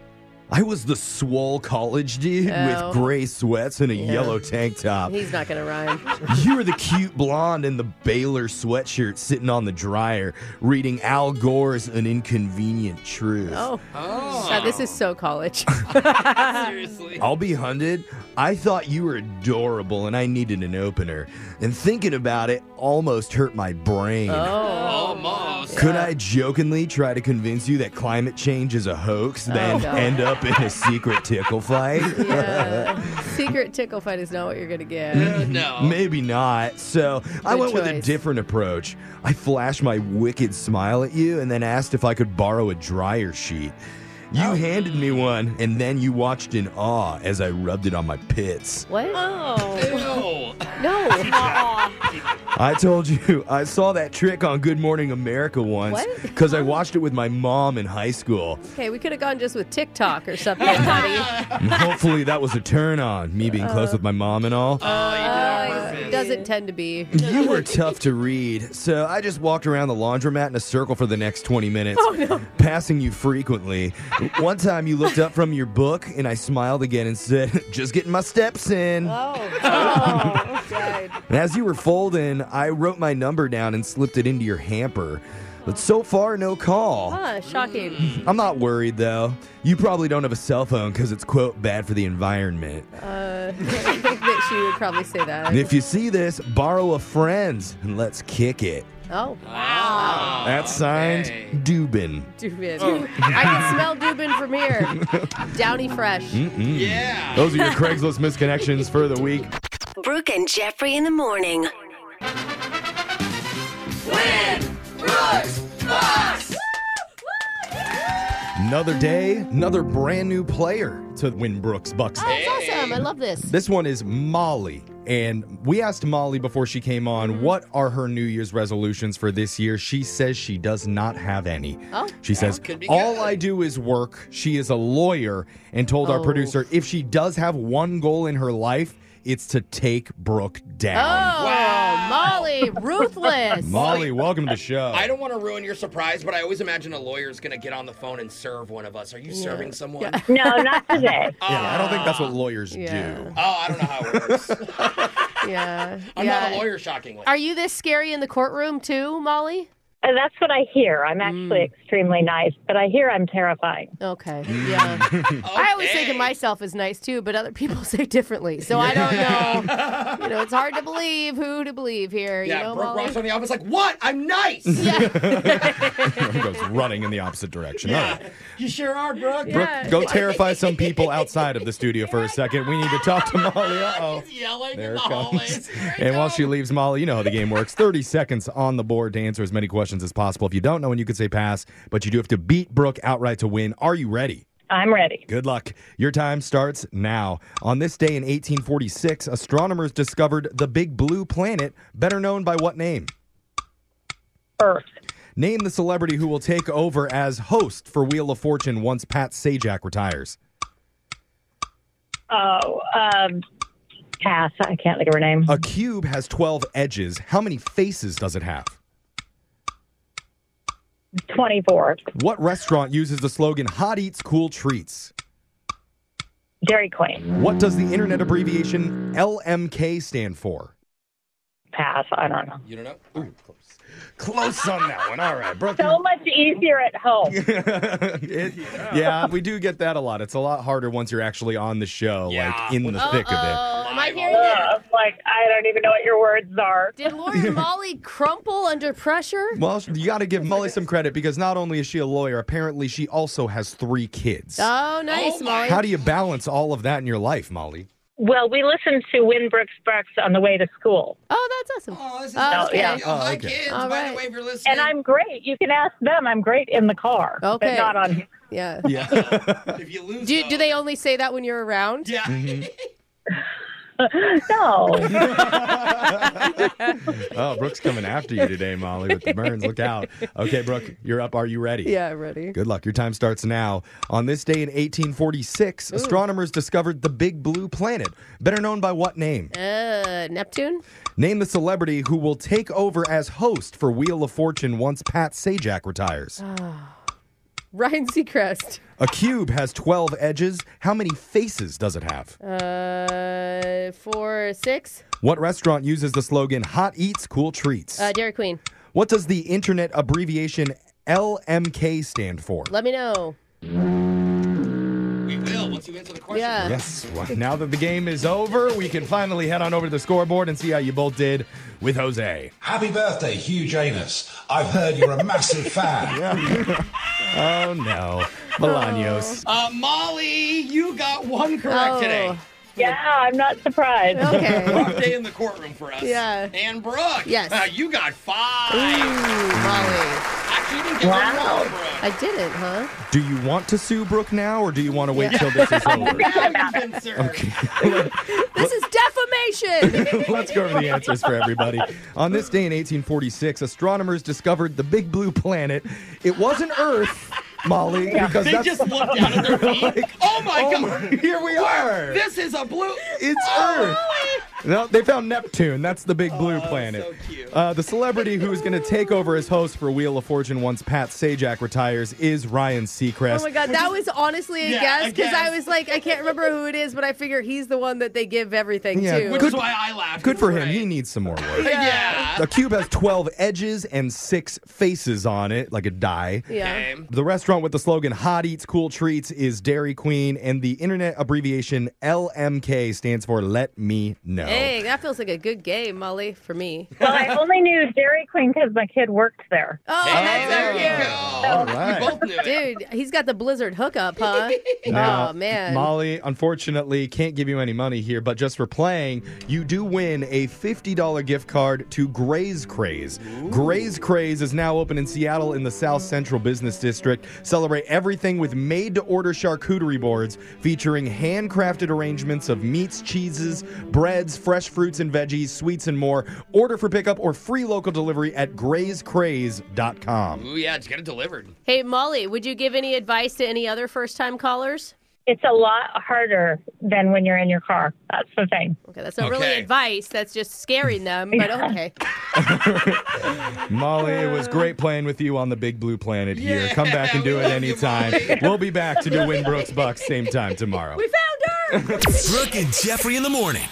[SPEAKER 11] I was the swole college dude
[SPEAKER 2] Oh.
[SPEAKER 11] with gray sweats and a yellow tank top.
[SPEAKER 2] He's not gonna rhyme.
[SPEAKER 11] You were the cute blonde in the Baylor sweatshirt sitting on the dryer reading Al Gore's An Inconvenient Truth.
[SPEAKER 2] Oh. Now, this is so college.
[SPEAKER 11] I'll be hunted. I thought you were adorable and I needed an opener. And thinking about it almost hurt my brain.
[SPEAKER 4] Oh. Almost.
[SPEAKER 11] Could I jokingly try to convince you that climate change is a hoax, then
[SPEAKER 2] God.
[SPEAKER 11] end up in a secret tickle fight?
[SPEAKER 2] Secret tickle fight is not what you're gonna get.
[SPEAKER 4] no.
[SPEAKER 11] Maybe not. So I
[SPEAKER 2] Uh, Good
[SPEAKER 11] went with a
[SPEAKER 2] choice.
[SPEAKER 11] different approach. I flashed my wicked smile at you and then asked if I could borrow a dryer sheet. You
[SPEAKER 2] Oh.
[SPEAKER 11] handed me one, and then you watched in awe as I rubbed it on my pits.
[SPEAKER 2] What?
[SPEAKER 4] Oh.
[SPEAKER 2] No.
[SPEAKER 11] I told you, I saw that trick on Good Morning America once
[SPEAKER 2] What?
[SPEAKER 11] because I watched it with my mom in high school.
[SPEAKER 2] Okay, we could have gone just with TikTok or something, buddy.
[SPEAKER 11] And hopefully, that was a turn on, me being close with my mom and all.
[SPEAKER 2] Uh, it doesn't tend to be.
[SPEAKER 11] You were tough to read, so I just walked around the laundromat in a circle for the next 20 minutes,
[SPEAKER 2] Oh,
[SPEAKER 11] passing you frequently. One time you looked up from your book, and I smiled again and said, Just getting my steps in. And as you were folding, I wrote my number down and slipped it into your hamper. But so far, no call.
[SPEAKER 2] Huh, Ah, shocking.
[SPEAKER 11] I'm not worried though. You probably don't have a cell phone because it's, quote, bad for the environment.
[SPEAKER 2] Uh, I think that she would probably say that.
[SPEAKER 11] And if you see this, borrow a friend's and let's kick it.
[SPEAKER 2] Oh. Wow.
[SPEAKER 11] That's signed Dubin.
[SPEAKER 2] Dubin.
[SPEAKER 11] Oh.
[SPEAKER 2] I can smell Dubin from here. Downy fresh.
[SPEAKER 11] Mm-mm.
[SPEAKER 4] Yeah.
[SPEAKER 11] Those are your Craigslist misconnections for the week.
[SPEAKER 6] Brooke and Jeffrey in the morning.
[SPEAKER 11] Another day, another brand new player to win Brooks Bucks.
[SPEAKER 2] That's awesome. I love this.
[SPEAKER 11] This one is Molly. And we asked Molly before she came on, what are her New Year's resolutions for this year? She says she does not have any.
[SPEAKER 2] Oh.
[SPEAKER 11] She says, all I do is work. She is a lawyer and told our
[SPEAKER 2] Oh.
[SPEAKER 11] producer if she does have one goal in her life, it's to take Brooke
[SPEAKER 2] Oh,
[SPEAKER 11] down.
[SPEAKER 2] Molly, ruthless.
[SPEAKER 11] Molly, welcome to the show.
[SPEAKER 4] Oh, I don't want to ruin your surprise, but I always imagine a lawyer's going to get on the phone and serve one of us. Are you serving someone?
[SPEAKER 13] No, not today.
[SPEAKER 11] yeah, I don't think that's what lawyers do.
[SPEAKER 4] Oh, I don't know how it works.
[SPEAKER 2] Yeah.
[SPEAKER 4] I'm not
[SPEAKER 2] yeah.
[SPEAKER 4] a lawyer, shockingly.
[SPEAKER 2] Are you this scary in the courtroom too, Molly? Mm.
[SPEAKER 13] Uh, That's what I hear. I'm actually extremely nice, but I hear I'm terrifying.
[SPEAKER 2] Okay. Yeah. I always think of myself as nice too, but other people say differently. So I don't know. you know, it's hard to believe who to believe here.
[SPEAKER 4] Yeah,
[SPEAKER 2] you know,
[SPEAKER 4] Brooke
[SPEAKER 2] Molly?
[SPEAKER 4] walks on the office like, "What? I'm nice."
[SPEAKER 3] Everyone goes running in the opposite direction. All right.
[SPEAKER 4] You sure are, Brooke.
[SPEAKER 3] Brooke, go terrify some people outside of the studio for a second. We need to talk to Molly. Uh-oh.
[SPEAKER 4] Yelling
[SPEAKER 3] There it comes. And while she leaves, Molly, you know how the game works. 30 seconds on the board to answer as many questions as possible. If you don't know, and you can say pass, but you do have to beat Brooke outright to win. Are you ready?
[SPEAKER 13] I'm ready.
[SPEAKER 3] Good luck. Your time starts now. On this day in 1846, astronomers discovered the big blue planet, better known by what name?
[SPEAKER 13] Earth.
[SPEAKER 3] Name the celebrity who will take over as host for Wheel of Fortune once Pat Sajak retires.
[SPEAKER 13] Oh, um, pass. I can't think of her name.
[SPEAKER 3] A cube has 12 edges. How many faces does it have?
[SPEAKER 13] 24.
[SPEAKER 3] What restaurant uses the slogan hot eats cool treats?
[SPEAKER 13] Dairy Queen.
[SPEAKER 3] What does the internet abbreviation LMK stand for?
[SPEAKER 13] Pass. I don't know.
[SPEAKER 4] You don't know?
[SPEAKER 3] Close on that one. All right, Brooke.
[SPEAKER 13] So much easier at home.
[SPEAKER 3] It- yeah, we do get that a lot. It's a lot harder once you're actually on the show, like in the thick of
[SPEAKER 2] Uh-oh. Am I hearing
[SPEAKER 13] Ugh, like, I don't even know what your words are.
[SPEAKER 2] Did Lawyer Molly crumple under pressure?
[SPEAKER 3] it. Well, you got to give Molly some credit because not only is she a lawyer, apparently she also has three kids.
[SPEAKER 2] Oh, nice, Molly.
[SPEAKER 3] How do you balance all of that in your life, Molly?
[SPEAKER 13] Well, we listened to Winbrook's Sparks on the way to school.
[SPEAKER 2] Oh, that's awesome.
[SPEAKER 4] Oh, this is
[SPEAKER 13] Oh, yeah.
[SPEAKER 3] hi, okay. kids.
[SPEAKER 4] By the way, if you're listening,
[SPEAKER 13] And I'm great. You can ask them. I'm great in the car, but
[SPEAKER 2] Okay.
[SPEAKER 13] not on.
[SPEAKER 2] Yeah.
[SPEAKER 3] Yeah.
[SPEAKER 2] Do, do they only say that when you're around?
[SPEAKER 4] Yeah.
[SPEAKER 13] no.
[SPEAKER 3] Oh, Brooke's coming after you today, Molly, with the burns. Look out. Okay, Brooke, you're up. Are you ready?
[SPEAKER 2] Yeah, ready.
[SPEAKER 3] Good luck. Your time starts now. On this day in 1846, astronomers discovered the Big Blue Planet, better known by what name?
[SPEAKER 2] Uh, Neptune?
[SPEAKER 3] Name the celebrity who will take over as host for Wheel of Fortune once Pat Sajak retires.
[SPEAKER 2] Oh. Ryan Seacrest.
[SPEAKER 3] A cube has 12 edges. How many faces does it have?
[SPEAKER 2] Uh, four, six.
[SPEAKER 3] What restaurant uses the slogan hot eats, cool treats?
[SPEAKER 2] Uh, Dairy Queen.
[SPEAKER 3] What does the internet abbreviation LMK stand for?
[SPEAKER 2] Let me know.
[SPEAKER 4] we will once you answer the question.
[SPEAKER 2] Yeah.
[SPEAKER 3] Yes. Well, now that the game is over, we can finally head on over to the scoreboard and see how you both did with Jose.
[SPEAKER 5] Happy birthday, Hugh Janus. I've heard you're a massive fan.
[SPEAKER 3] Oh no, Melanios.
[SPEAKER 4] Uh, Molly, you got one correct
[SPEAKER 2] Oh.
[SPEAKER 4] today.
[SPEAKER 13] Yeah, I'm not surprised.
[SPEAKER 2] Okay.
[SPEAKER 4] Rough day in the courtroom for us.
[SPEAKER 2] Yeah.
[SPEAKER 4] And Brooke.
[SPEAKER 2] Yes.
[SPEAKER 4] uh, you got five. Actually, you didn't get
[SPEAKER 2] Wow.
[SPEAKER 4] one wrong, Brooke.
[SPEAKER 2] I didn't, huh?
[SPEAKER 3] Do you want to sue Brooke now, or do you want to wait till this is over?
[SPEAKER 2] This is defamation.
[SPEAKER 3] Let's go over the answers for everybody. On this day in 1846, astronomers discovered the Big Blue Planet. It wasn't Earth, Molly, because
[SPEAKER 4] they
[SPEAKER 3] that's
[SPEAKER 4] just looked down at their feet. oh my
[SPEAKER 3] oh
[SPEAKER 4] god!
[SPEAKER 3] my- here we are.
[SPEAKER 4] This is a blue. Oh,
[SPEAKER 3] It's No, they found Neptune. That's the big blue planet. Uh, the celebrity who's going to take over as host for Wheel of Fortune once Pat Sajak retires is Ryan Seacrest.
[SPEAKER 2] Oh my god, that was honestly a
[SPEAKER 4] Yeah,
[SPEAKER 2] guess
[SPEAKER 4] a
[SPEAKER 2] because I
[SPEAKER 4] guess.
[SPEAKER 2] was like, I can't remember who it is, but I figure he's the one that they give everything
[SPEAKER 3] Yeah,
[SPEAKER 2] to.
[SPEAKER 3] Which is
[SPEAKER 4] why I laughed.
[SPEAKER 3] Good for him. He needs some more work.
[SPEAKER 4] Yeah.
[SPEAKER 3] The cube has 12 edges and six faces on it, like a die.
[SPEAKER 2] Yeah.
[SPEAKER 3] The restaurant with the slogan Hot Eats Cool Treats is Dairy Queen, and the internet abbreviation LMK stands for Let Me Know.
[SPEAKER 2] Hey, that feels like a good game, Molly, for me.
[SPEAKER 13] Well, I only knew Dairy Queen because my kid worked there.
[SPEAKER 2] Oh,
[SPEAKER 13] there
[SPEAKER 3] All right.
[SPEAKER 2] Dude, he's got the Blizzard hookup, huh?
[SPEAKER 3] Now,
[SPEAKER 2] oh man.
[SPEAKER 3] Molly, unfortunately, can't give you any money here, but just for playing, you do win a $50 gift card to Gray's Craze. Gray's Craze is now open in Seattle in the South Central Business District. Celebrate everything with made to order charcuterie boards featuring handcrafted arrangements of meats, cheeses, breads, fresh fruits and veggies, sweets, and more. Order for pickup or free local delivery at grayscraze.com.
[SPEAKER 4] Ooh, yeah, just get it delivered.
[SPEAKER 2] Hey Molly, would you give any advice to any other first time callers?
[SPEAKER 13] It's a lot harder than when you're in your car. That's the thing.
[SPEAKER 2] Okay, that's not really advice, that's just scaring them, but okay.
[SPEAKER 3] Molly, it was great playing with you on the Big Blue Planet here. Come back and do it anytime. we'll be back to do Winbrook's Bucks same time tomorrow.
[SPEAKER 2] We found her!
[SPEAKER 19] Brooke and Jeffrey in the morning.